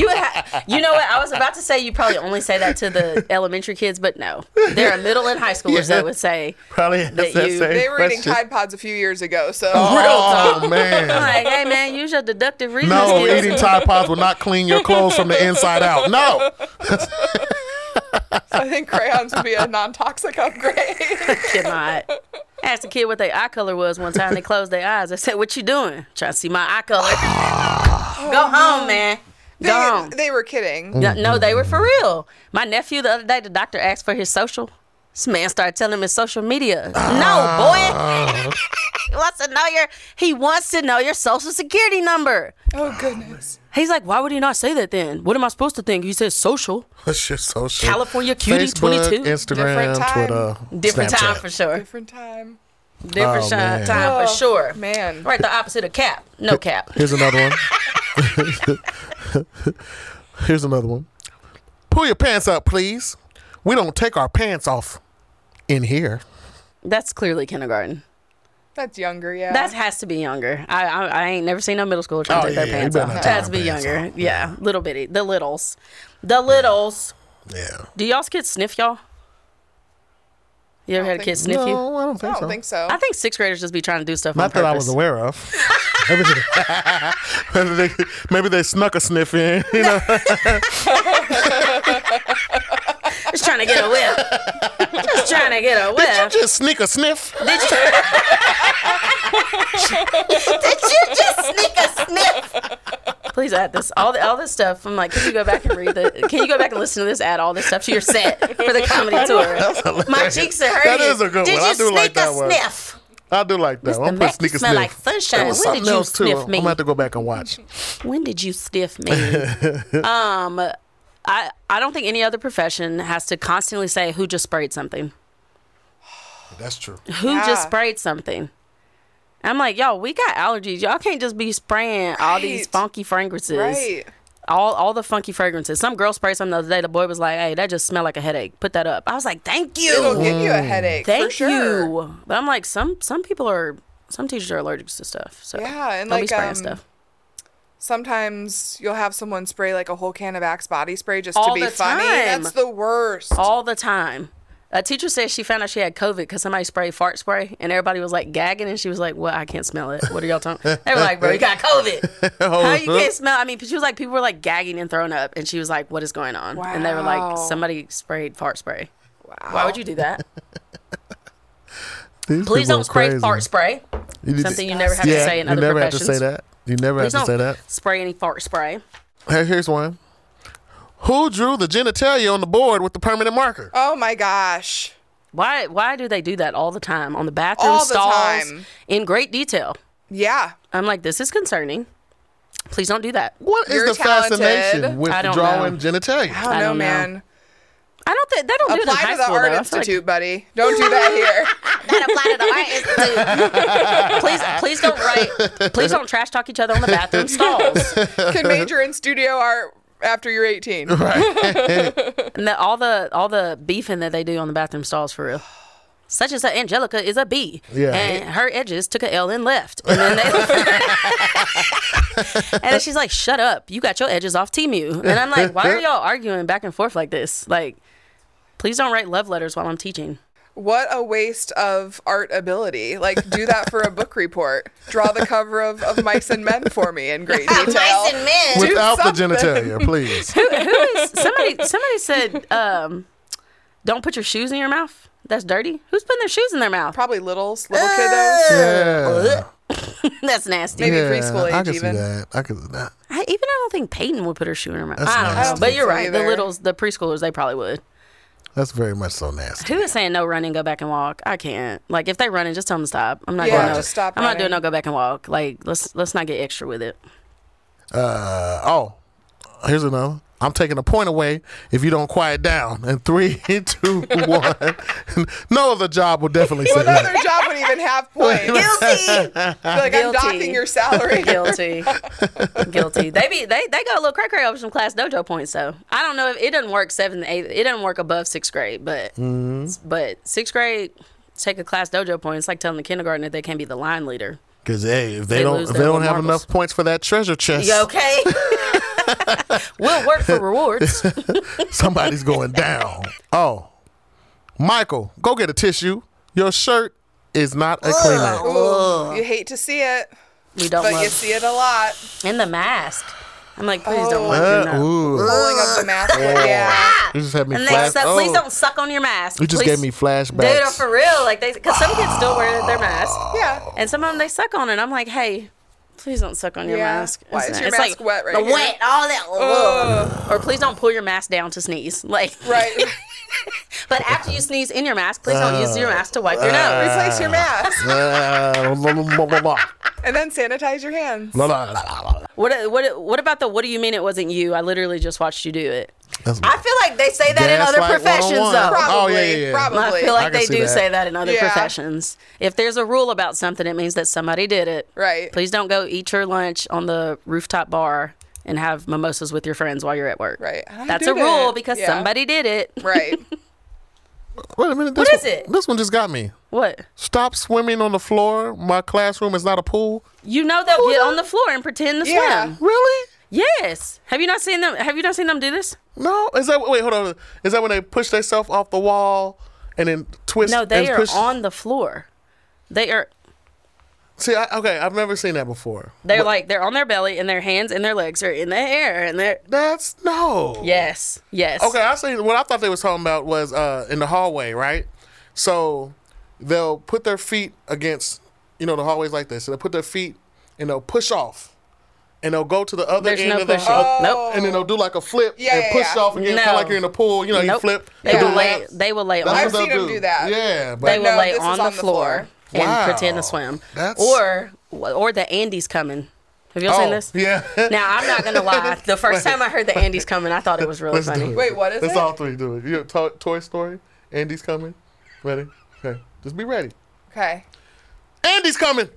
S1: You would ha- you know what? I was about to say you probably only say that to the elementary kids, but no. There are middle and high schoolers
S2: Yeah.
S1: that would say,
S2: Probably has
S1: That
S2: that
S1: you-
S2: same
S3: They were eating
S2: question.
S3: Tide Pods a few years ago, so
S1: [LAUGHS]
S2: Oh
S1: I'm
S2: man.
S1: like, hey man, use your deductive reasoning. [LAUGHS]
S2: [LAUGHS] No,
S1: skills."
S2: eating Tide Pods will not clean your clothes from the inside out. No.
S3: I think crayons would be a non
S1: [LAUGHS]
S3: toxic upgrade. [LAUGHS]
S1: cannot. I asked a kid what their eye color was one time. They closed their eyes. I said, "What you doing? Trying to see my eye color?
S3: Oh,
S1: Go home, man. Go
S3: they,
S1: home."
S3: they were kidding.
S1: No,
S2: Mm-hmm.
S1: no, they were for real. My nephew the other day, the doctor asked for his social. This man started telling him his social media. No, boy. [LAUGHS] he wants to know your. He wants to know your social security number.
S3: Oh goodness.
S1: He's like, why would he not say that then? What am I supposed to think? He says social.
S2: What's your social?
S1: California cutie,
S2: Facebook,
S1: 22.
S3: Different
S2: Instagram,
S3: time.
S2: Twitter,
S1: Different
S2: Snapchat.
S1: time for sure.
S3: Different time.
S1: [LAUGHS] Different
S2: Oh,
S1: shi-
S2: man.
S1: time
S3: Oh,
S1: for sure.
S3: man.
S1: Right, the opposite of cap. No cap.
S2: Here's another one. [LAUGHS] Here's another one. Pull your pants up, please. We don't take our pants off in here.
S1: That's clearly kindergarten.
S3: That's younger, yeah.
S1: That has to be younger. I I, I ain't never seen no middle schooler trying
S2: Oh,
S1: to take
S2: yeah,
S1: their
S2: you
S1: pants
S2: better
S1: off.
S2: not
S1: That
S2: take
S1: has to
S2: your
S1: be
S2: pants
S1: younger. Yeah, little bitty. The littles, the littles.
S2: Yeah.
S1: Do y'all's kids sniff y'all? You ever had a kid
S3: think-
S1: sniff you?
S2: I don't think
S3: I don't think so.
S1: I think sixth graders just be trying to do stuff. on
S2: Not that I was
S1: purpose.
S2: aware
S1: [LAUGHS]
S2: of. maybe, they, maybe they snuck a sniff in. [LAUGHS] You know,
S1: Just trying to get a whip. just trying to get a whip.
S2: just sneak
S1: [LAUGHS]
S2: a sniff.
S1: Did you? [LAUGHS] Did you just sneak a sniff? please add this. All the, all this stuff. I'm like, can you go back and read the? Can you go back and listen to this? Add all this stuff to your set for the comedy tour.
S2: [LAUGHS]
S4: My cheeks are hurting.
S2: That is a good
S4: Did
S2: one.
S4: you
S2: I do
S4: sneak
S2: like that
S4: a
S2: one.
S4: sniff?
S2: I do like that. one. I'm
S1: Mr.
S2: gonna
S1: Mac,
S2: sneak
S1: you
S2: a
S1: smell
S2: sniff.
S1: like sunshine.
S2: There was
S1: When did
S2: something
S1: you
S2: else too.
S1: sniff
S2: I'm
S1: me?
S2: gonna have to go back
S1: [LAUGHS]
S2: and watch.
S1: When did you stiff
S3: [LAUGHS]
S1: me? um, I I don't think any other profession has to constantly say who just sprayed something.
S2: That's true.
S1: Who
S3: Yeah.
S1: just sprayed something? I'm like, yo, we got allergies. Y'all can't just be spraying all these
S3: Right.
S1: funky fragrances.
S3: Right.
S1: All all the funky fragrances. Some girl sprayed something the other day. The boy was like, hey, that just smelled like a headache. Put that up. I was like, thank you.
S3: It'll give you a headache. for
S1: Thank
S3: sure.
S1: you. But I'm like, some some people are some teachers are allergic to stuff. So
S3: Yeah, and
S1: don't be
S3: like,
S1: spraying
S3: um,
S1: stuff.
S3: Sometimes you'll have someone spray like a whole can of Axe body spray just to
S1: All
S3: be
S1: the
S3: funny.
S1: time.
S3: That's the worst.
S1: all the time. A teacher said she found out she had COVID because somebody sprayed fart spray and everybody was like gagging and she was like, "Well, I can't smell it. What are y'all
S2: [LAUGHS]
S1: talking?" They were like, "Bro, you got COVID. How you
S2: Uh-huh.
S1: can't smell?" I mean, she was like, people were like gagging and throwing up, and she was like, "What is going on?" And they were like,
S3: Wow.
S1: "Somebody sprayed fart spray. Why would you do that?
S2: [LAUGHS] These
S1: Please
S2: people are
S1: don't spray
S2: crazy.
S1: fart spray.
S2: You need to-
S1: Something you never have
S2: yeah,
S1: to say in
S2: you
S1: other
S2: never
S1: professions.
S2: have to say that. You never
S1: Please
S2: have
S1: don't
S2: to say that.
S1: spray any fart spray.
S2: Hey, here's one. Who drew the genitalia on the board with the permanent marker?
S3: oh my gosh.
S1: Why? Why do they do that all the time on the bathroom
S3: All the
S1: stalls
S3: time.
S1: in great detail?
S3: Yeah.
S1: I'm like, this is concerning. Please don't do that.
S2: What is
S3: You're
S2: the
S3: talented.
S2: fascination with
S1: Oh, I don't
S2: drawing
S1: know.
S3: I
S2: genitalia?
S3: don't,
S1: I
S3: know,
S1: don't know.
S3: man.
S1: I don't think they don't do it in
S3: Apply
S1: high
S3: to the
S1: school,
S3: Art
S1: though. I feel like-
S3: Institute, buddy. Don't do that here.
S4: Not apply to the art institute.
S1: [LAUGHS] please, please don't write. Please don't trash talk each other on the
S3: [LAUGHS]
S1: bathroom stalls. [LAUGHS]
S3: Can major in studio art after
S2: [LAUGHS]
S3: you're 18.
S1: And the, all the all the beefing that they do on the bathroom stalls for real. Such and such Angelica is a B,
S2: Yeah.
S1: and her edges took a L and left, and then they. [LAUGHS] and then she's like, "Shut up! You got your edges off Tmu." And I'm like, "Why are y'all arguing back and forth like this? Like, please don't write love letters while I'm teaching."
S3: What a waste of art ability. Like, do that for a book report. Draw the cover of, of Mice and Men for me
S1: [LAUGHS]
S3: in great detail.
S4: Mice and men.
S2: Without the
S3: something.
S2: genitalia,
S3: [LAUGHS]
S2: please.
S1: Somebody somebody said, um, "Don't put your shoes in your mouth. That's dirty. Who's putting their shoes in their mouth? [LAUGHS]
S3: Probably little, little kiddos.
S2: yeah.
S1: That's nasty."
S3: Maybe
S2: yeah,
S3: preschool
S2: I
S3: age
S2: can
S3: even.
S2: See that. I can see that.
S1: I, even I don't think Peyton would put her shoe in her mouth.
S2: That's
S1: I don't
S2: nasty.
S1: know, but you're
S3: I
S1: right.
S3: don't think so
S1: The
S3: either.
S1: littles, the preschoolers, they probably would.
S2: That's very much so nasty.
S1: Who is saying no running, go back and walk? I can't. Like if they running, just tell them to stop. I'm not
S3: Yeah,
S1: doing no.
S3: just stop
S1: I'm not doing
S3: running.
S1: no go back and walk. Like let's let's not get extra with it.
S2: Uh, oh, here's another. I'm taking a point away if you don't quiet down. And three, [LAUGHS] two, one. [LAUGHS] no other job will definitely say
S3: [LAUGHS] What
S2: that.
S3: other job would
S2: [LAUGHS]
S3: even have
S1: [LAUGHS]
S3: points?
S4: Guilty.
S3: Be like, I'm
S1: Guilty.
S3: docking your
S1: [LAUGHS]
S2: [LAUGHS]
S3: salary.
S1: Guilty, guilty. They be they they got a little cray cray over some class dojo points though. I don't know if it doesn't work seventh, and eighth. It doesn't work above sixth grade, but
S2: Mm-hmm.
S1: but sixth grade take a class dojo point. It's like telling the kindergarten that they can't be the line
S2: [LAUGHS]
S1: leader.
S2: Because hey, if they,
S1: They
S2: don't,
S1: lose
S2: if
S1: their
S2: they don't
S1: little
S2: have
S1: marbles.
S2: enough points for that treasure chest,
S3: [LAUGHS]
S4: You okay?
S1: [LAUGHS] We'll work for rewards.
S2: [LAUGHS] somebody's going down. Oh, Michael, go get a tissue. Your shirt is not a cleaner.
S3: Ooh, you hate to see it,
S1: We don't
S3: but
S1: love
S3: you see it a lot.
S1: in the mask. I'm like, please don't
S3: Oh.
S1: let me
S2: Uh,
S1: know.
S2: ooh.
S3: Pulling up the mask. Yeah.
S2: You just had me
S1: And they
S2: flash.
S1: suck,
S2: oh.
S1: please don't suck on your mask.
S2: You just
S1: please,
S2: gave me flashbacks.
S1: Dude, no,
S2: [LAUGHS]
S1: for real. Like they, because some kids still wear their mask,
S3: Yeah.
S1: and some of them they suck on it. I'm like, hey, please don't suck on your
S3: Yeah.
S1: mask.
S3: Why
S1: It's
S3: is
S1: not-
S3: your
S1: it's
S3: mask
S1: like,
S3: wet right
S4: The
S3: here?
S4: wet, all that.
S3: Ugh.
S1: Or please don't pull your mask down to sneeze. [LAUGHS] Like,
S3: Right. [LAUGHS]
S1: but after you sneeze in your mask, please don't use your mask to wipe
S3: uh,
S1: your nose.
S3: Replace your mask
S2: Ah, la, la, la, la, la.
S3: and then sanitize your hands.
S2: La, la, la, la, la.
S1: What what what about the? What do you mean it wasn't you? I literally just watched you do it.
S2: That's
S4: I feel like they say that in
S2: Gaslight
S4: other professions,
S2: 101.
S4: though.
S3: Probably.
S2: Oh, yeah, yeah, yeah.
S1: I
S3: Probably.
S1: feel
S2: I
S1: like
S2: can
S1: they
S2: see
S1: do
S2: that.
S1: say that in other
S3: Yeah.
S1: professions. If there's a rule about something, it means that somebody did it.
S3: Right.
S1: Please don't go eat your lunch on the rooftop bar and have mimosas with your friends while you're at work.
S3: Right. I
S1: That's a
S3: did
S1: rule
S3: it.
S1: because
S3: Yeah.
S1: somebody did it.
S3: Right.
S2: Wait a minute. This
S1: What is
S2: one,
S1: it?
S2: This one just got me.
S1: [LAUGHS] What?
S2: Stop swimming on the floor. My classroom is not a pool.
S1: You know they'll get on the floor and pretend to
S3: Yeah.
S1: swim.
S2: Really?
S1: Yes. Have you not seen them? Have you not seen them do this?
S2: No. Is that wait? Hold on. Is that when they push themselves off the wall and then twist?
S1: No, they
S2: and
S1: are
S2: push?
S1: on the floor. They are.
S2: See, I, okay, I've never seen that before.
S1: They're like they're on their belly and their hands and their legs are in the air and they're.
S2: That's no.
S1: Yes. Yes.
S2: Okay, I see. What I thought they was talking about was uh, in the hallway, right? So they'll put their feet against, you know, the hallways like this. So they'll put their feet and they'll push off, and they'll go to the other
S1: There's
S2: end
S1: no
S2: of the
S1: push
S2: show,
S1: off. Nope.
S2: and then they'll do like a flip
S3: Yeah,
S2: and
S3: yeah,
S2: push
S3: yeah.
S2: off again, kind
S1: No.
S2: of like you're in the pool. You know, you
S1: Nope.
S2: flip.
S1: They
S2: you do
S1: will lay.
S2: laps.
S1: They will lay
S2: That's
S1: on.
S2: what
S3: seen
S2: they'll
S3: 'em do that.
S2: Yeah, but
S1: They will
S3: No,
S1: lay
S3: this is
S1: on the,
S3: on the
S1: floor, and
S2: Wow.
S1: pretend to swim.
S2: That's-
S1: Or or the Andes coming. Have y'all
S2: Oh,
S1: seen this? [LAUGHS]
S2: yeah.
S1: Now I'm not gonna lie. The first time I heard the Andes coming, I thought it was really
S2: Let's
S1: funny.
S2: do it.
S3: Wait, what is
S2: Let's
S3: it?
S2: all three do it. You know, to- Toy Story. Andy's coming. Ready? Okay, just be ready.
S1: [LAUGHS]
S3: Okay.
S2: Andy's coming.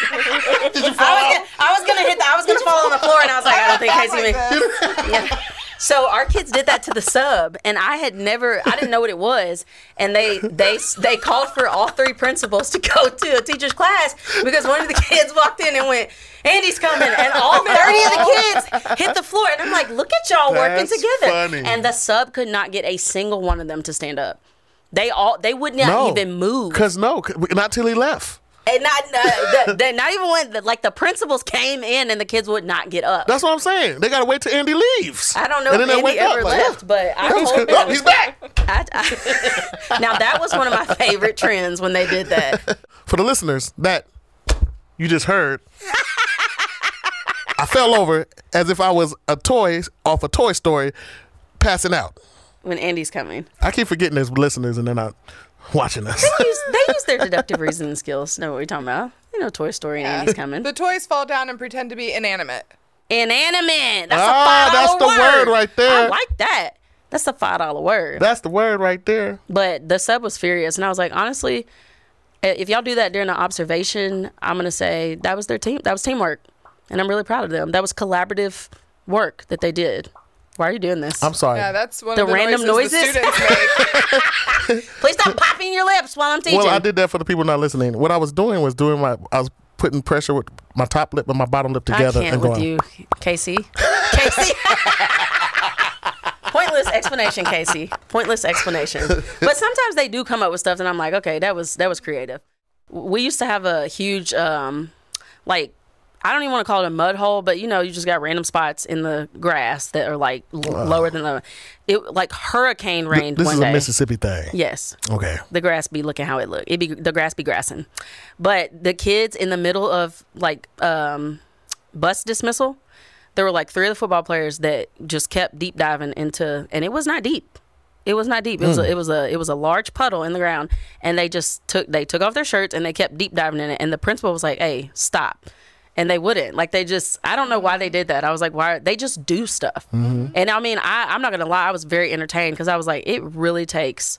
S2: Did
S1: I
S2: you fall?
S1: was, gonna, I was gonna hit. The, I was gonna fall on the floor, and I was like, I don't think Casey.
S3: Like
S1: May-
S3: this.
S1: Yeah. So our kids did that to the sub, and I had never, I didn't know what it was, and they they they called for all three principals to go to a teacher's class because one of the kids walked in and went, "Andy's coming," and all thirty of the kids hit the floor, and I'm like, "Look at y'all working
S2: That's
S1: together!"
S2: funny.
S1: And the sub could not get a single one of them to stand up. They all they would not even move.
S2: Cause no, 'cause- not till he left.
S1: And not uh, the, the, not even when the, like the principals came in and the kids would not get up.
S2: That's what I'm saying. They gotta wait till Andy leaves.
S1: I don't know
S2: And
S1: if
S2: then they
S1: Andy
S2: wake up
S1: ever
S2: like,
S1: left,
S2: "Oh,
S1: but I
S2: that was
S1: told
S2: good. Oh,
S1: him.
S2: he's back.
S1: I, I- [LAUGHS] now that was one of my favorite trends when they did that.
S2: For the listeners, that you just heard, I fell over as if I was a toy off a Toy Story, passing out.
S1: When Andy's coming,
S2: I keep forgetting there's listeners and they're not
S1: [LAUGHS]
S2: watching us. [LAUGHS]
S1: they use, they use their deductive reasoning skills. Know what we're talking about? You know, Toy Story and Andy's coming.
S3: The toys fall down and pretend to be inanimate.
S1: Inanimate. That's
S2: Ah,
S1: a five
S2: that's
S1: dollar
S2: the word right there.
S1: I like that. That's a five dollar word.
S2: That's the word right there.
S1: but the sub was furious, and I was like, honestly, i- if y'all do that during an observation, I'm gonna say that was their team. That was teamwork, and I'm really proud of them. That was collaborative work that they did. Why are you doing this?
S2: I'm sorry.
S3: Yeah, that's one
S1: The
S3: of the
S1: random
S3: noises, the
S1: noises?
S3: students make.
S1: Please stop popping your lips while I'm teaching.
S2: Well, I did that for the people not listening. What I was doing was doing my I was putting pressure with my top lip and my bottom lip together
S1: I can't
S2: and
S1: with
S2: going.
S1: you, Casey. Casey. Pointless explanation, Casey. Pointless explanation. But sometimes they do come up with stuff, and I'm like, okay, that was that was creative. We used to have a huge, um, like, I don't even want to call it a mud hole, but you know, you just got random spots in the grass that are like l- lower than the, it like hurricane rain
S2: This
S1: one
S2: is
S1: day.
S2: a Mississippi thing.
S1: yes,
S2: Okay.
S1: the grass be looking how it look. It be the grass be grassing, but the kids in the middle of like um, bus dismissal, there were like three of the football players that just kept deep diving into, and it was not deep. It was not deep. It was a, it was a it was a large puddle in the ground, and they just took they took off their shirts and they kept deep diving in it. And the principal was like, "Hey, stop." And they wouldn't like they just I don't know why they did that. I was like, why they just do stuff. And I mean, I I'm not gonna lie, I was very entertained because I was like, it really takes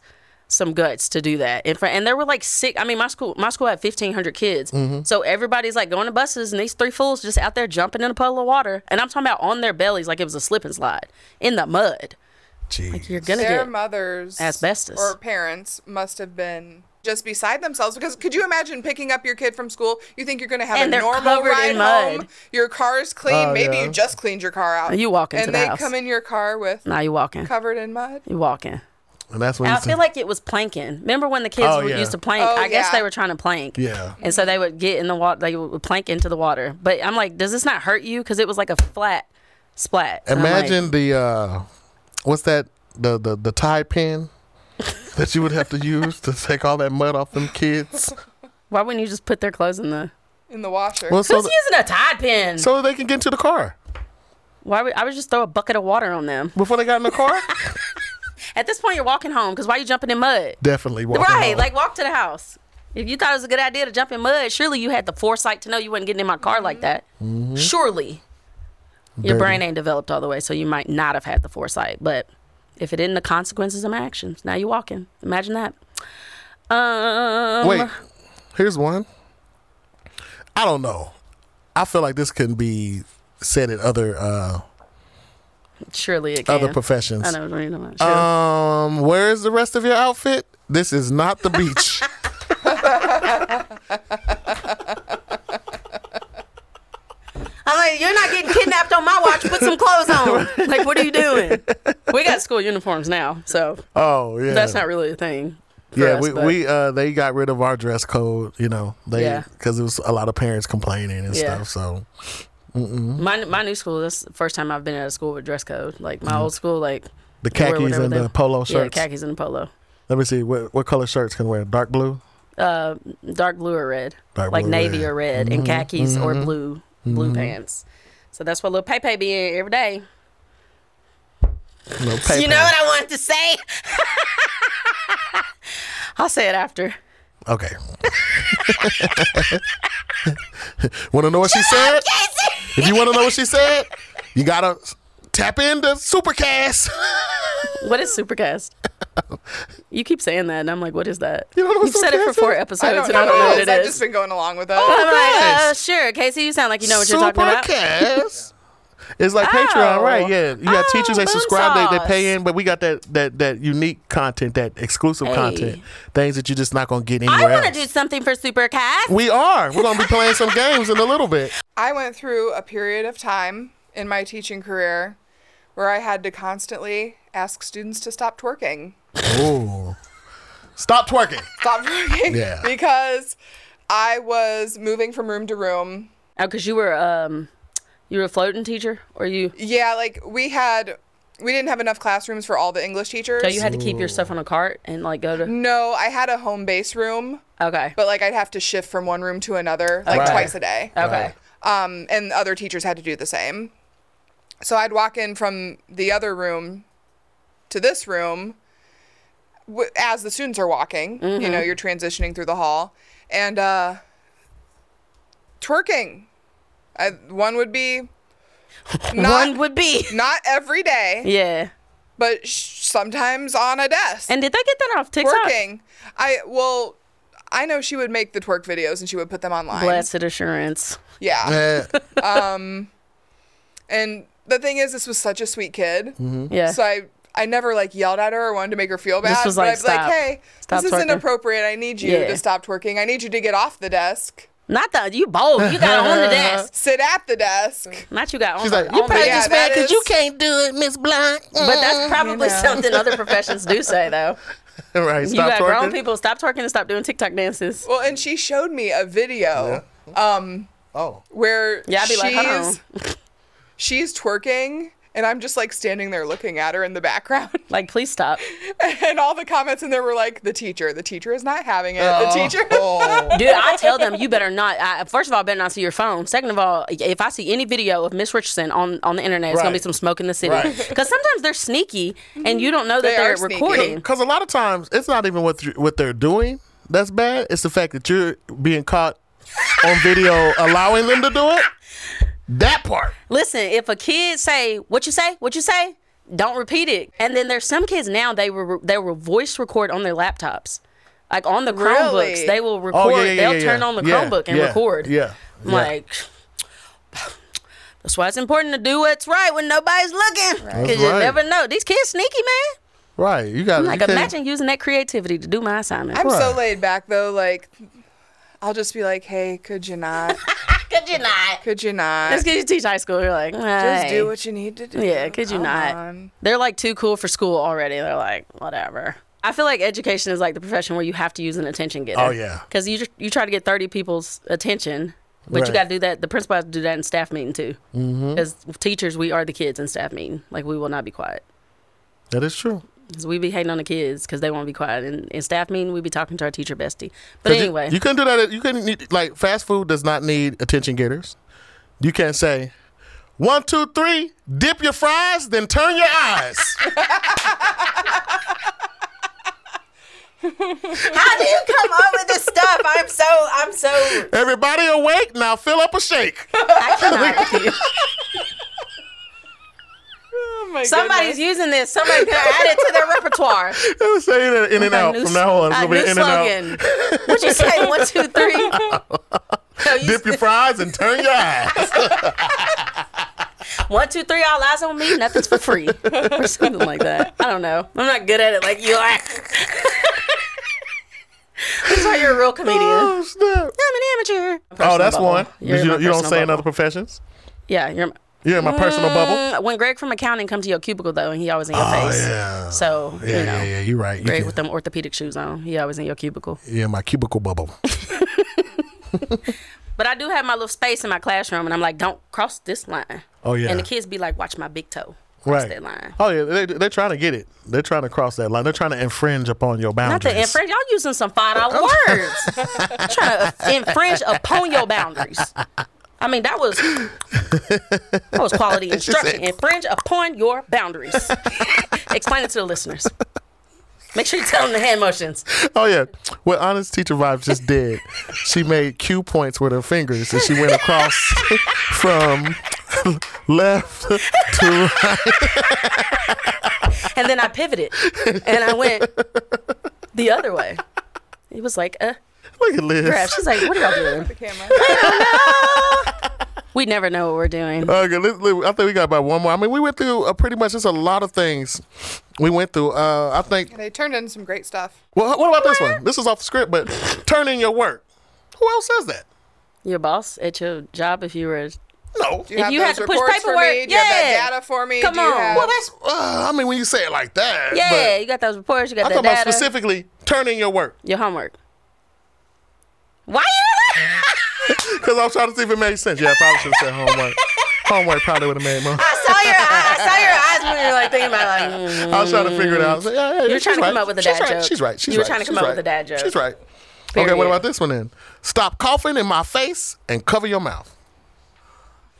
S1: some guts to do that in front. And there were like six. I mean, my school, my school had fifteen hundred kids, so everybody's like going to buses, and these three fools just out there jumping in a puddle of water, and I'm talking about on their bellies like it was a slip and slide in the mud.
S2: Jeez.
S1: You're gonna
S3: Their
S1: get
S3: mothers,
S1: asbestos.
S3: or parents must have been just beside themselves because could you imagine picking up your kid from school? You think you're going to have
S1: And
S3: a
S1: they're
S3: normal
S1: covered
S3: ride
S1: in
S3: home.
S1: mud.
S3: Your car is clean.
S2: Oh,
S3: Maybe
S2: yeah.
S3: you just cleaned your car out.
S1: And you walk into
S3: and
S1: the
S3: they
S1: house.
S3: come in your car with
S1: now you walking,
S3: covered in mud.
S1: you walking.
S2: And that's when
S1: And
S2: you
S1: I feel like it was planking. Remember when the kids
S2: Oh,
S1: were
S2: yeah.
S1: used to plank?
S3: Oh,
S1: I guess
S3: yeah.
S1: they were trying to plank.
S2: Yeah.
S1: And so they would get in the water. They would plank into the water. But I'm like, does this not hurt you? Because it was like a flat splat. And I'm like,
S2: Imagine the uh, what's that the the the tie pin [LAUGHS] that you would have to use to take all that mud off them
S1: [LAUGHS]
S2: kids,
S1: why wouldn't you just put their clothes in the?
S3: in the washer.
S2: well, so
S1: Who's
S2: th-
S1: using a Tide pin?
S2: so they can get into the car
S1: Why would I would just throw a bucket of water on them?
S2: before they got in
S1: [LAUGHS]
S2: the car.
S1: At this point, you're walking home because why you jumping in mud?
S2: Definitely walking
S1: Right,
S2: home.
S1: like walk to the house. If you thought it was a good idea to jump in mud, surely you had the foresight to know you wasn't getting in my car like that. Surely, your
S2: Mm-hmm. Dirty.
S1: brain ain't developed all the way, so you might not have had the foresight. But if it isn't the consequences of my actions, now you're walking. Imagine that. Um,
S2: Wait, here's one. I don't know. I feel like this can be said in other uh,
S1: surely it can.
S2: other Uh, professions.
S1: I know what you're talking about. Surely.
S2: Um, where is the rest of your outfit? This is not
S1: [LAUGHS]
S2: the beach.
S1: I'm like, you're not getting kidnapped on my watch. Put some clothes
S2: [LAUGHS]
S1: on. Like, what are you doing? We got school uniforms now, so
S2: oh yeah,
S1: that's not really a thing. for
S2: Yeah,
S1: us,
S2: we,
S1: but-
S2: we uh they got rid of our dress code. You know, they
S1: Yeah.
S2: because it was a lot of parents complaining and
S1: Yeah.
S2: stuff. So
S1: my my new school. That's the first time I've been at a school with dress code. Like my old school, like
S2: the
S1: wear
S2: khakis
S1: whatever
S2: and
S1: they-
S2: the polo
S1: yeah,
S2: Mm-hmm. shirts.
S1: khakis and polo,
S2: Let me see what what color shirts can wear. Dark blue.
S1: uh, dark blue or red,
S2: Dark
S1: like
S2: blue Mm-hmm. or
S1: navy
S2: red. Mm-hmm.
S1: or red, and khakis or blue blue pants. So that's what little Pepe be in every day.
S2: Little paper.
S1: You know what I wanted to say? [LAUGHS] I'll say it
S2: [LAUGHS]
S1: after.
S2: Okay. want to know what she said? If you want to know what she said, you gotta tap into Supercast. [LAUGHS]
S1: What is Supercast? you keep saying that, and I'm like, what is that?
S2: You don't know what
S1: have said it for
S2: Supercast
S1: four
S2: is?
S1: episodes,
S3: I don't
S1: and
S3: know
S1: I don't know
S3: what
S1: what
S3: it
S1: it
S3: I've
S1: is.
S3: just been going along with that.
S1: I'm like, uh,
S2: Yes.
S1: sure, Casey, you sound like you know what you're talking about. [LAUGHS]
S2: Supercast. It's like
S1: Oh.
S2: Patreon, right? Yeah, you got
S1: Oh,
S2: teachers they
S1: boom
S2: subscribe, they, they
S1: sauce.
S2: pay in, but we got that that that unique content, that exclusive
S1: Hey.
S2: content, things that you're just not gonna get
S1: I
S2: anywhere
S1: want to
S2: else.
S1: do something for Supercast.
S2: we are. We're gonna be playing some games in a little bit.
S3: I went through a period of time in my teaching career where I had to constantly ask students to stop twerking.
S2: Ooh. Stop twerking.
S3: Stop twerking.
S2: Yeah.
S3: [LAUGHS] Because I was moving from room to room.
S1: Oh, because you were um, you were a floating teacher, or you?
S3: Yeah, like we had we didn't have enough classrooms for all the English teachers.
S1: So you had to keep your stuff on a cart and like go to.
S3: no, I had a home base room,
S1: Okay.
S3: but like I'd have to shift from one room to another like
S2: Right.
S3: twice a day.
S1: Okay.
S3: um, and other teachers had to do the same. So I'd walk in from the other room to this room w- as the students are walking.
S1: Mm-hmm.
S3: You know, you're transitioning through the hall and uh, twerking. I, one would be
S1: [LAUGHS]
S3: not
S1: One would be.
S3: not every day,
S1: Yeah.
S3: but sh- sometimes on a desk
S1: And did they get that off TikTok?
S3: twerking. I well, I know she would make the twerk videos and she would put them online.
S1: Blessed assurance.
S3: Yeah.
S2: Eh,
S3: And the thing is, this was such a sweet kid.
S1: Yeah.
S3: So I, I never like yelled at her or wanted to make her feel bad.
S1: was
S3: but
S1: like,
S3: I'd be like,
S1: stop.
S3: hey,
S1: Stop
S3: this is
S1: twerking."
S3: inappropriate. I need you
S1: Yeah.
S3: to stop twerking. I need you to get off the desk,
S1: Not that you bold. You got
S2: [LAUGHS]
S1: on the desk.
S3: sit at the desk.
S1: Not you got on.
S2: She's
S1: the-
S2: like, "Oh, you
S1: on the
S2: probably
S1: desk.
S2: just
S3: Yeah,
S2: mad
S3: that
S2: because you
S3: is-
S2: can't do it, Miss Blunt.
S1: But
S2: "Oh."
S1: that's probably
S3: know.
S1: something other professions do say
S2: [LAUGHS]
S1: though.
S2: right,
S1: You
S2: stop
S1: got grown
S2: twerking.
S1: people stop twerking and stop doing TikTok dances.
S3: Well, and she showed me a video
S2: Oh.
S3: where
S1: Yeah, I'd be
S3: she's,
S1: like, huh. [LAUGHS]
S3: she's twerking. And I'm just like standing there looking at her in the background.
S1: Like, please stop.
S3: And all the comments in there were like, the teacher, the teacher is not having it. The teacher.
S2: Oh.
S1: Dude, I tell them you better not. I, first of all, I better not see your phone. Second of all, if I see any video of Miss Richardson on, on the internet, it's gonna
S2: Right.
S1: be some smoke in the city.
S2: Right.
S1: Because sometimes they're sneaky, and you don't know that
S3: They
S1: they
S3: are
S1: are
S3: sneaky.
S1: recording.
S2: Because a lot of times it's not even what th- what they're doing that's bad. It's the fact that you're being caught on video allowing them to do it. That part.
S1: Listen, if a kid say what you say, what you say, don't repeat it. And then there's some kids now they were they will voice record on their laptops, like on the Chromebooks.
S3: Really?
S1: They will record.
S2: Oh yeah, yeah, yeah,
S1: They'll
S2: yeah.
S1: turn on the
S2: Yeah,
S1: Chromebook and
S2: yeah,
S1: record.
S2: Yeah.
S1: I'm
S2: yeah.
S1: like. That's why it's important to do what's right when nobody's looking. Because you
S2: right.
S1: never know. These kids sneaky, man.
S2: right. You got [LAUGHS]
S1: Like, imagine using that creativity to do my assignment.
S3: [LAUGHS] I'm
S2: Right.
S3: so laid back though. Like, I'll just be like, hey, could
S1: [LAUGHS]
S3: you not?
S4: Could you not?
S3: Could you not?
S1: That's because you teach high school. You're like,
S3: Just
S1: "Hey."
S3: do what you need to do.
S1: Yeah, could you
S3: Come
S1: not?
S3: on.
S1: They're like too cool for school already. They're like, whatever. I feel like education is like the profession where you have to use an attention getter.
S2: Oh, yeah.
S1: Because you tr- you try to get thirty people's attention, but
S2: Right.
S1: you got to do that. The principal has to do that in staff meeting too. Because teachers, we are the kids in staff meeting. Like we will not be quiet.
S2: that is true.
S1: 'Cause we be hating on the kids because they won't be quiet. And in staff meeting, we be talking to our teacher bestie. But
S2: 'Cause you-
S1: anyway,
S2: you, couldn't do that. You couldn't need like fast food does not need attention getters. You can't say one, two, three, dip your fries, then turn your eyes.
S4: How do you come up with this stuff? I'm so, I'm so.
S2: Everybody awake now. Fill up a shake. [LAUGHS]
S1: I
S4: [LAUGHS]
S1: cannot with you.
S3: Oh my
S1: Somebody's
S3: goodness.
S1: using this. Somebody could add it to their repertoire.
S2: I was saying that in and out
S1: Our new
S2: from [LAUGHS] now on. It's
S1: our
S2: gonna be
S1: new
S2: in and out.
S1: slogan. What'd you say? One, two, three.
S2: [LAUGHS]
S1: No, you
S2: Dip your fries and turn your
S1: [LAUGHS]
S2: eyes.
S1: One, two, three, all eyes on me, nothing's for free. or something like that. I don't know. I'm not good at it like you are. [LAUGHS] That's why you're a real comedian. I'm
S2: oh snap!
S1: an amateur.
S2: Oh,
S1: Personal
S2: that's
S1: bubble.
S2: one. But
S1: You're in
S2: you
S1: my
S2: don't, you don't
S1: personal
S2: say in
S1: bubble.
S2: other professions.
S1: Yeah, you're.
S2: You're in my personal bubble.
S1: Mm, When Greg from accounting comes to your cubicle though, and he always in your face.
S2: Oh, yeah.
S1: So you know,
S2: You're right. You
S1: Greg
S2: can-
S1: with them orthopedic shoes on, he always in your cubicle.
S2: yeah, my
S1: [LAUGHS]
S2: cubicle bubble.
S1: But I do have my little space in my classroom, and I'm like, don't cross this line.
S2: Oh, yeah.
S1: And the kids be like, watch my big toe. Cross
S2: right.
S1: that line.
S2: Oh yeah, they, they're trying to get it. They're trying to cross that line. They're trying to infringe upon your
S1: Not
S2: boundaries.
S1: to infringe. Y'all using some five dollar words. trying to infringe upon your boundaries. I mean, that was that was quality instruction.
S2: said-
S1: Infringe upon your boundaries. Explain it to the listeners. Make sure you tell them the hand motions.
S2: Oh yeah. What honest teacher vibes
S1: [LAUGHS]
S2: just did. she made cue points with her fingers and she
S1: [LAUGHS]
S2: went across from [LAUGHS] left to right.
S1: And then I pivoted and I went the other way. He was like, uh,
S2: Look at Liz.
S1: crap. She's like, what are y'all doing?
S3: The camera.
S1: We never know what we're doing.
S2: Okay, let's, let- I think we got about one more. I mean, we went through uh, pretty much just a lot of things. We went through. Uh, I think.
S3: they turned in some great stuff.
S2: Well, what about this one? This is off the script, but turn in your work. Who else says that?
S1: Your boss at your job, if you were
S2: No.
S3: Do you have
S1: you had to
S3: those
S1: push
S3: reports for me?
S1: paperwork,
S3: Do you have
S1: yeah.
S3: that data for me?
S1: Come
S3: Do you
S1: on.
S3: have-
S1: Well,
S2: That's. Uh, I mean, when you say it like that.
S1: yeah,
S2: but
S1: you got those reports, you got
S2: I'm
S1: that
S2: talking about
S1: data,
S2: specifically turn in your work
S1: your homework. Why you?
S2: because I was trying to see if it made sense. Yeah, I probably should have said homework. homework probably would have made more.
S4: I saw your eyes. I saw your eyes when you were like thinking about it, like. mm.
S2: I was trying to figure it out. I was like, yeah, yeah,
S1: were
S2: she's
S1: trying to
S2: right.
S1: come up with a
S2: she's
S1: dad
S2: right.
S1: joke.
S2: She's right. She's
S1: You were
S2: right.
S1: trying to come
S2: She's
S1: up
S2: right.
S1: with a dad joke.
S2: She's right. Okay, what
S1: Period.
S2: about this one then? Stop coughing in my face and cover your mouth.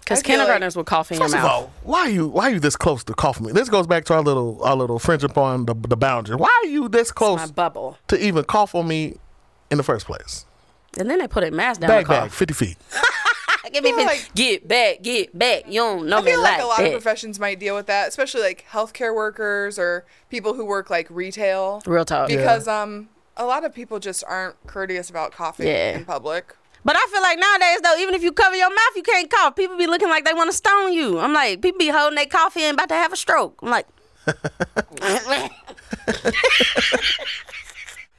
S1: Because
S3: I feel like-
S1: kindergartners will cough in your
S2: First of
S1: mouth.
S2: all, why are you why are you this close to coughing me? This goes back to our little our little friendship on the the boundary. Why are you this
S1: my
S2: close
S1: bubble.
S2: to even cough on me in the first place?
S1: And then they put a mask down.
S2: Bag
S1: the
S2: bag,
S1: cough.
S2: fifty feet.
S1: Give me
S3: I feel
S1: fifty-
S3: like-
S1: get back, get back. You don't know
S3: I
S1: me
S3: feel like,
S1: like,
S3: a lot of
S1: that.
S3: professions might deal with that, especially like healthcare workers or people who work like retail.
S1: Real talk.
S3: Because um, a lot of people just aren't courteous about coughing
S1: Yeah.
S3: in public.
S1: But I feel like nowadays though, even if you cover your mouth, you can't cough. People be looking like they want to stone you. I'm like, people be holding their coffee and about to have a stroke.
S2: [LAUGHS]
S1: I'm like, "Oh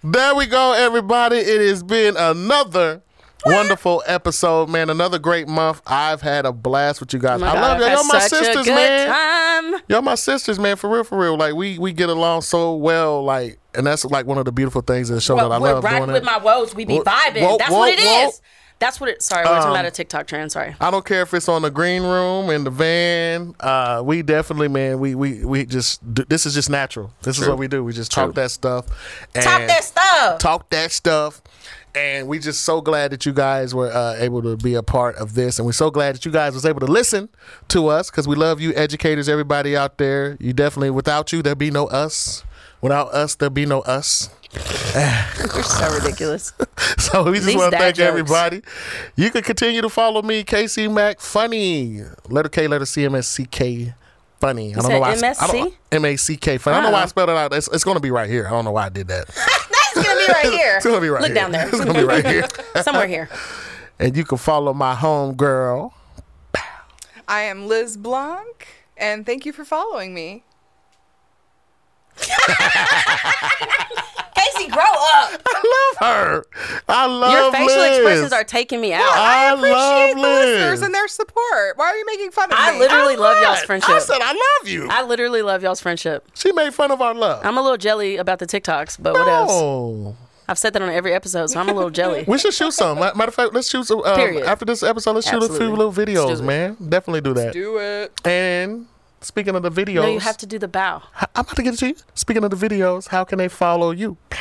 S2: There we go, everybody. It has been another wonderful episode, man. Another great month. I've had a blast with you guys. I
S1: Oh God,
S2: love y'all.
S1: I've
S2: Y'all
S1: had
S2: my
S1: such a
S2: sisters,
S1: good
S2: man.
S1: time.
S2: Y'all my sisters, man, for real, for real. Like we we get along so well, like and that's like one of the beautiful things of the show that I
S1: Well, we're
S2: love
S1: riding
S2: doing
S1: with
S2: it.
S1: my woes. We be
S2: Wo-
S1: vibing.
S2: wo-
S1: That's
S2: wo-
S1: what it is.
S2: wo-
S1: That's what it. Sorry, we're talking about a TikTok trend. Sorry.
S2: I don't care if it's on the green room in the van. Uh, we definitely, man, we we we just do, this is just natural. This is what we do. We just talk that stuff. And
S1: Top that stuff.
S2: talk that stuff. And we just so glad that you guys were uh, able to be a part of this, and we're so glad that you guys was able to listen to us because we love you, educators, everybody out there. You definitely, without you, there'd be no us. Without us, there'd be no us.
S1: You're so ridiculous.
S2: [LAUGHS] So we just
S1: These
S2: want to
S1: dad
S2: thank
S1: jokes.
S2: everybody. You can continue to follow me, KC Mac Funny. Letter K, letter C, M S C K Funny. I don't
S1: said
S2: know why. I-
S1: MSC?
S2: I don't- M A C K Funny. I don't know why I
S1: Oh.
S2: spelled it out. It's, it's going to be right here. I don't know why I
S1: [LAUGHS]
S2: did that.
S1: [LAUGHS] That's gonna be right here.
S2: It's going to be right
S1: Look
S2: here.
S1: down there.
S2: It's
S1: [LAUGHS]
S2: going to be right here.
S1: Somewhere here.
S2: And you can follow my home girl.
S3: I am Liz Blanc, and thank you for following me.
S4: Casey, grow up.
S2: I love her. I love
S1: Your facial
S2: Liz.
S1: expressions are taking me out.
S2: I,
S3: Appreciate
S2: love
S3: the
S2: Liz.
S3: listeners and their support. Why are you making fun of
S1: I
S3: me?
S1: literally
S2: I'm
S1: love
S2: not.
S1: y'all's friendship.
S2: I said I love you.
S1: I literally love y'all's friendship.
S2: she made fun of our love.
S1: I'm a little jelly about the TikToks, but what else?
S2: oh.
S1: I've said that on every episode, so I'm a little [LAUGHS] jelly.
S2: We should shoot some. Matter of fact, let's shoot some. Um,
S1: Period.
S2: after this episode, let's shoot a few
S1: Absolutely.
S2: little videos,
S1: Let's do it.
S2: man. Definitely do that.
S3: do it.
S2: And speaking of the videos,
S1: No, you have to do the bow.
S2: I- I'm about to get it to you. Speaking of the videos, how can they follow you?
S1: [LAUGHS] now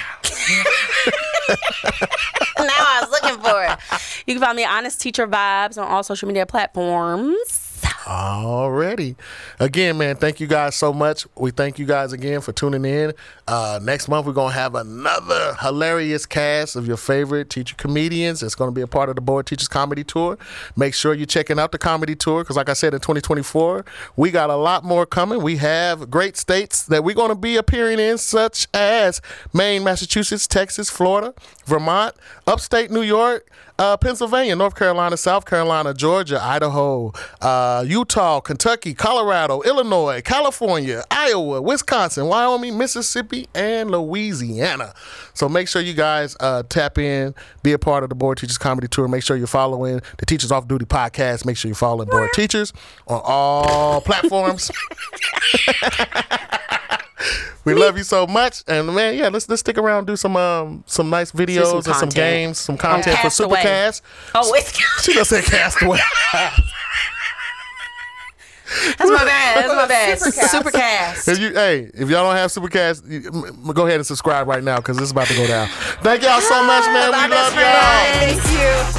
S1: I was looking for it. You can find me at Honest Teacher Vibes on all social media platforms.
S2: Already. Again, man, thank you guys so much. We thank you guys again for tuning in. Uh, next month, we're going to have another hilarious cast of your favorite teacher comedians. It's going to be a part of the Board Teachers Comedy Tour. Make sure you're checking out the comedy tour because, like I said, in 2024, we got a lot more coming. We have great states that we're going to be appearing in, such as Maine, Massachusetts, Texas, Florida, Vermont, upstate New York, uh, Pennsylvania, North Carolina, South Carolina, Georgia, Idaho, uh, Utah, Kentucky, Colorado, Illinois, California, Iowa, Wisconsin, Wyoming, Mississippi, and Louisiana. So make sure you guys uh, tap in, be a part of the Board Teachers Comedy Tour. Make sure you're following the Teachers Off Duty podcast. Make sure you're following Board Teachers on all [LAUGHS] platforms. We love you so much, and man, yeah, let's let's stick around, do some um some nice videos and some
S1: content.
S2: games, some content for
S1: Castaway.
S2: Supercast.
S1: Oh, it's [LAUGHS]
S2: She just said castaway.
S1: that's my bad. That's my bad.
S2: [LAUGHS]
S4: Supercast.
S2: if you, hey, if y'all don't have Supercast, you, m- m- go ahead and subscribe right now because this is about to go down. Thank y'all so much, man. we love y'all.
S4: Thank you.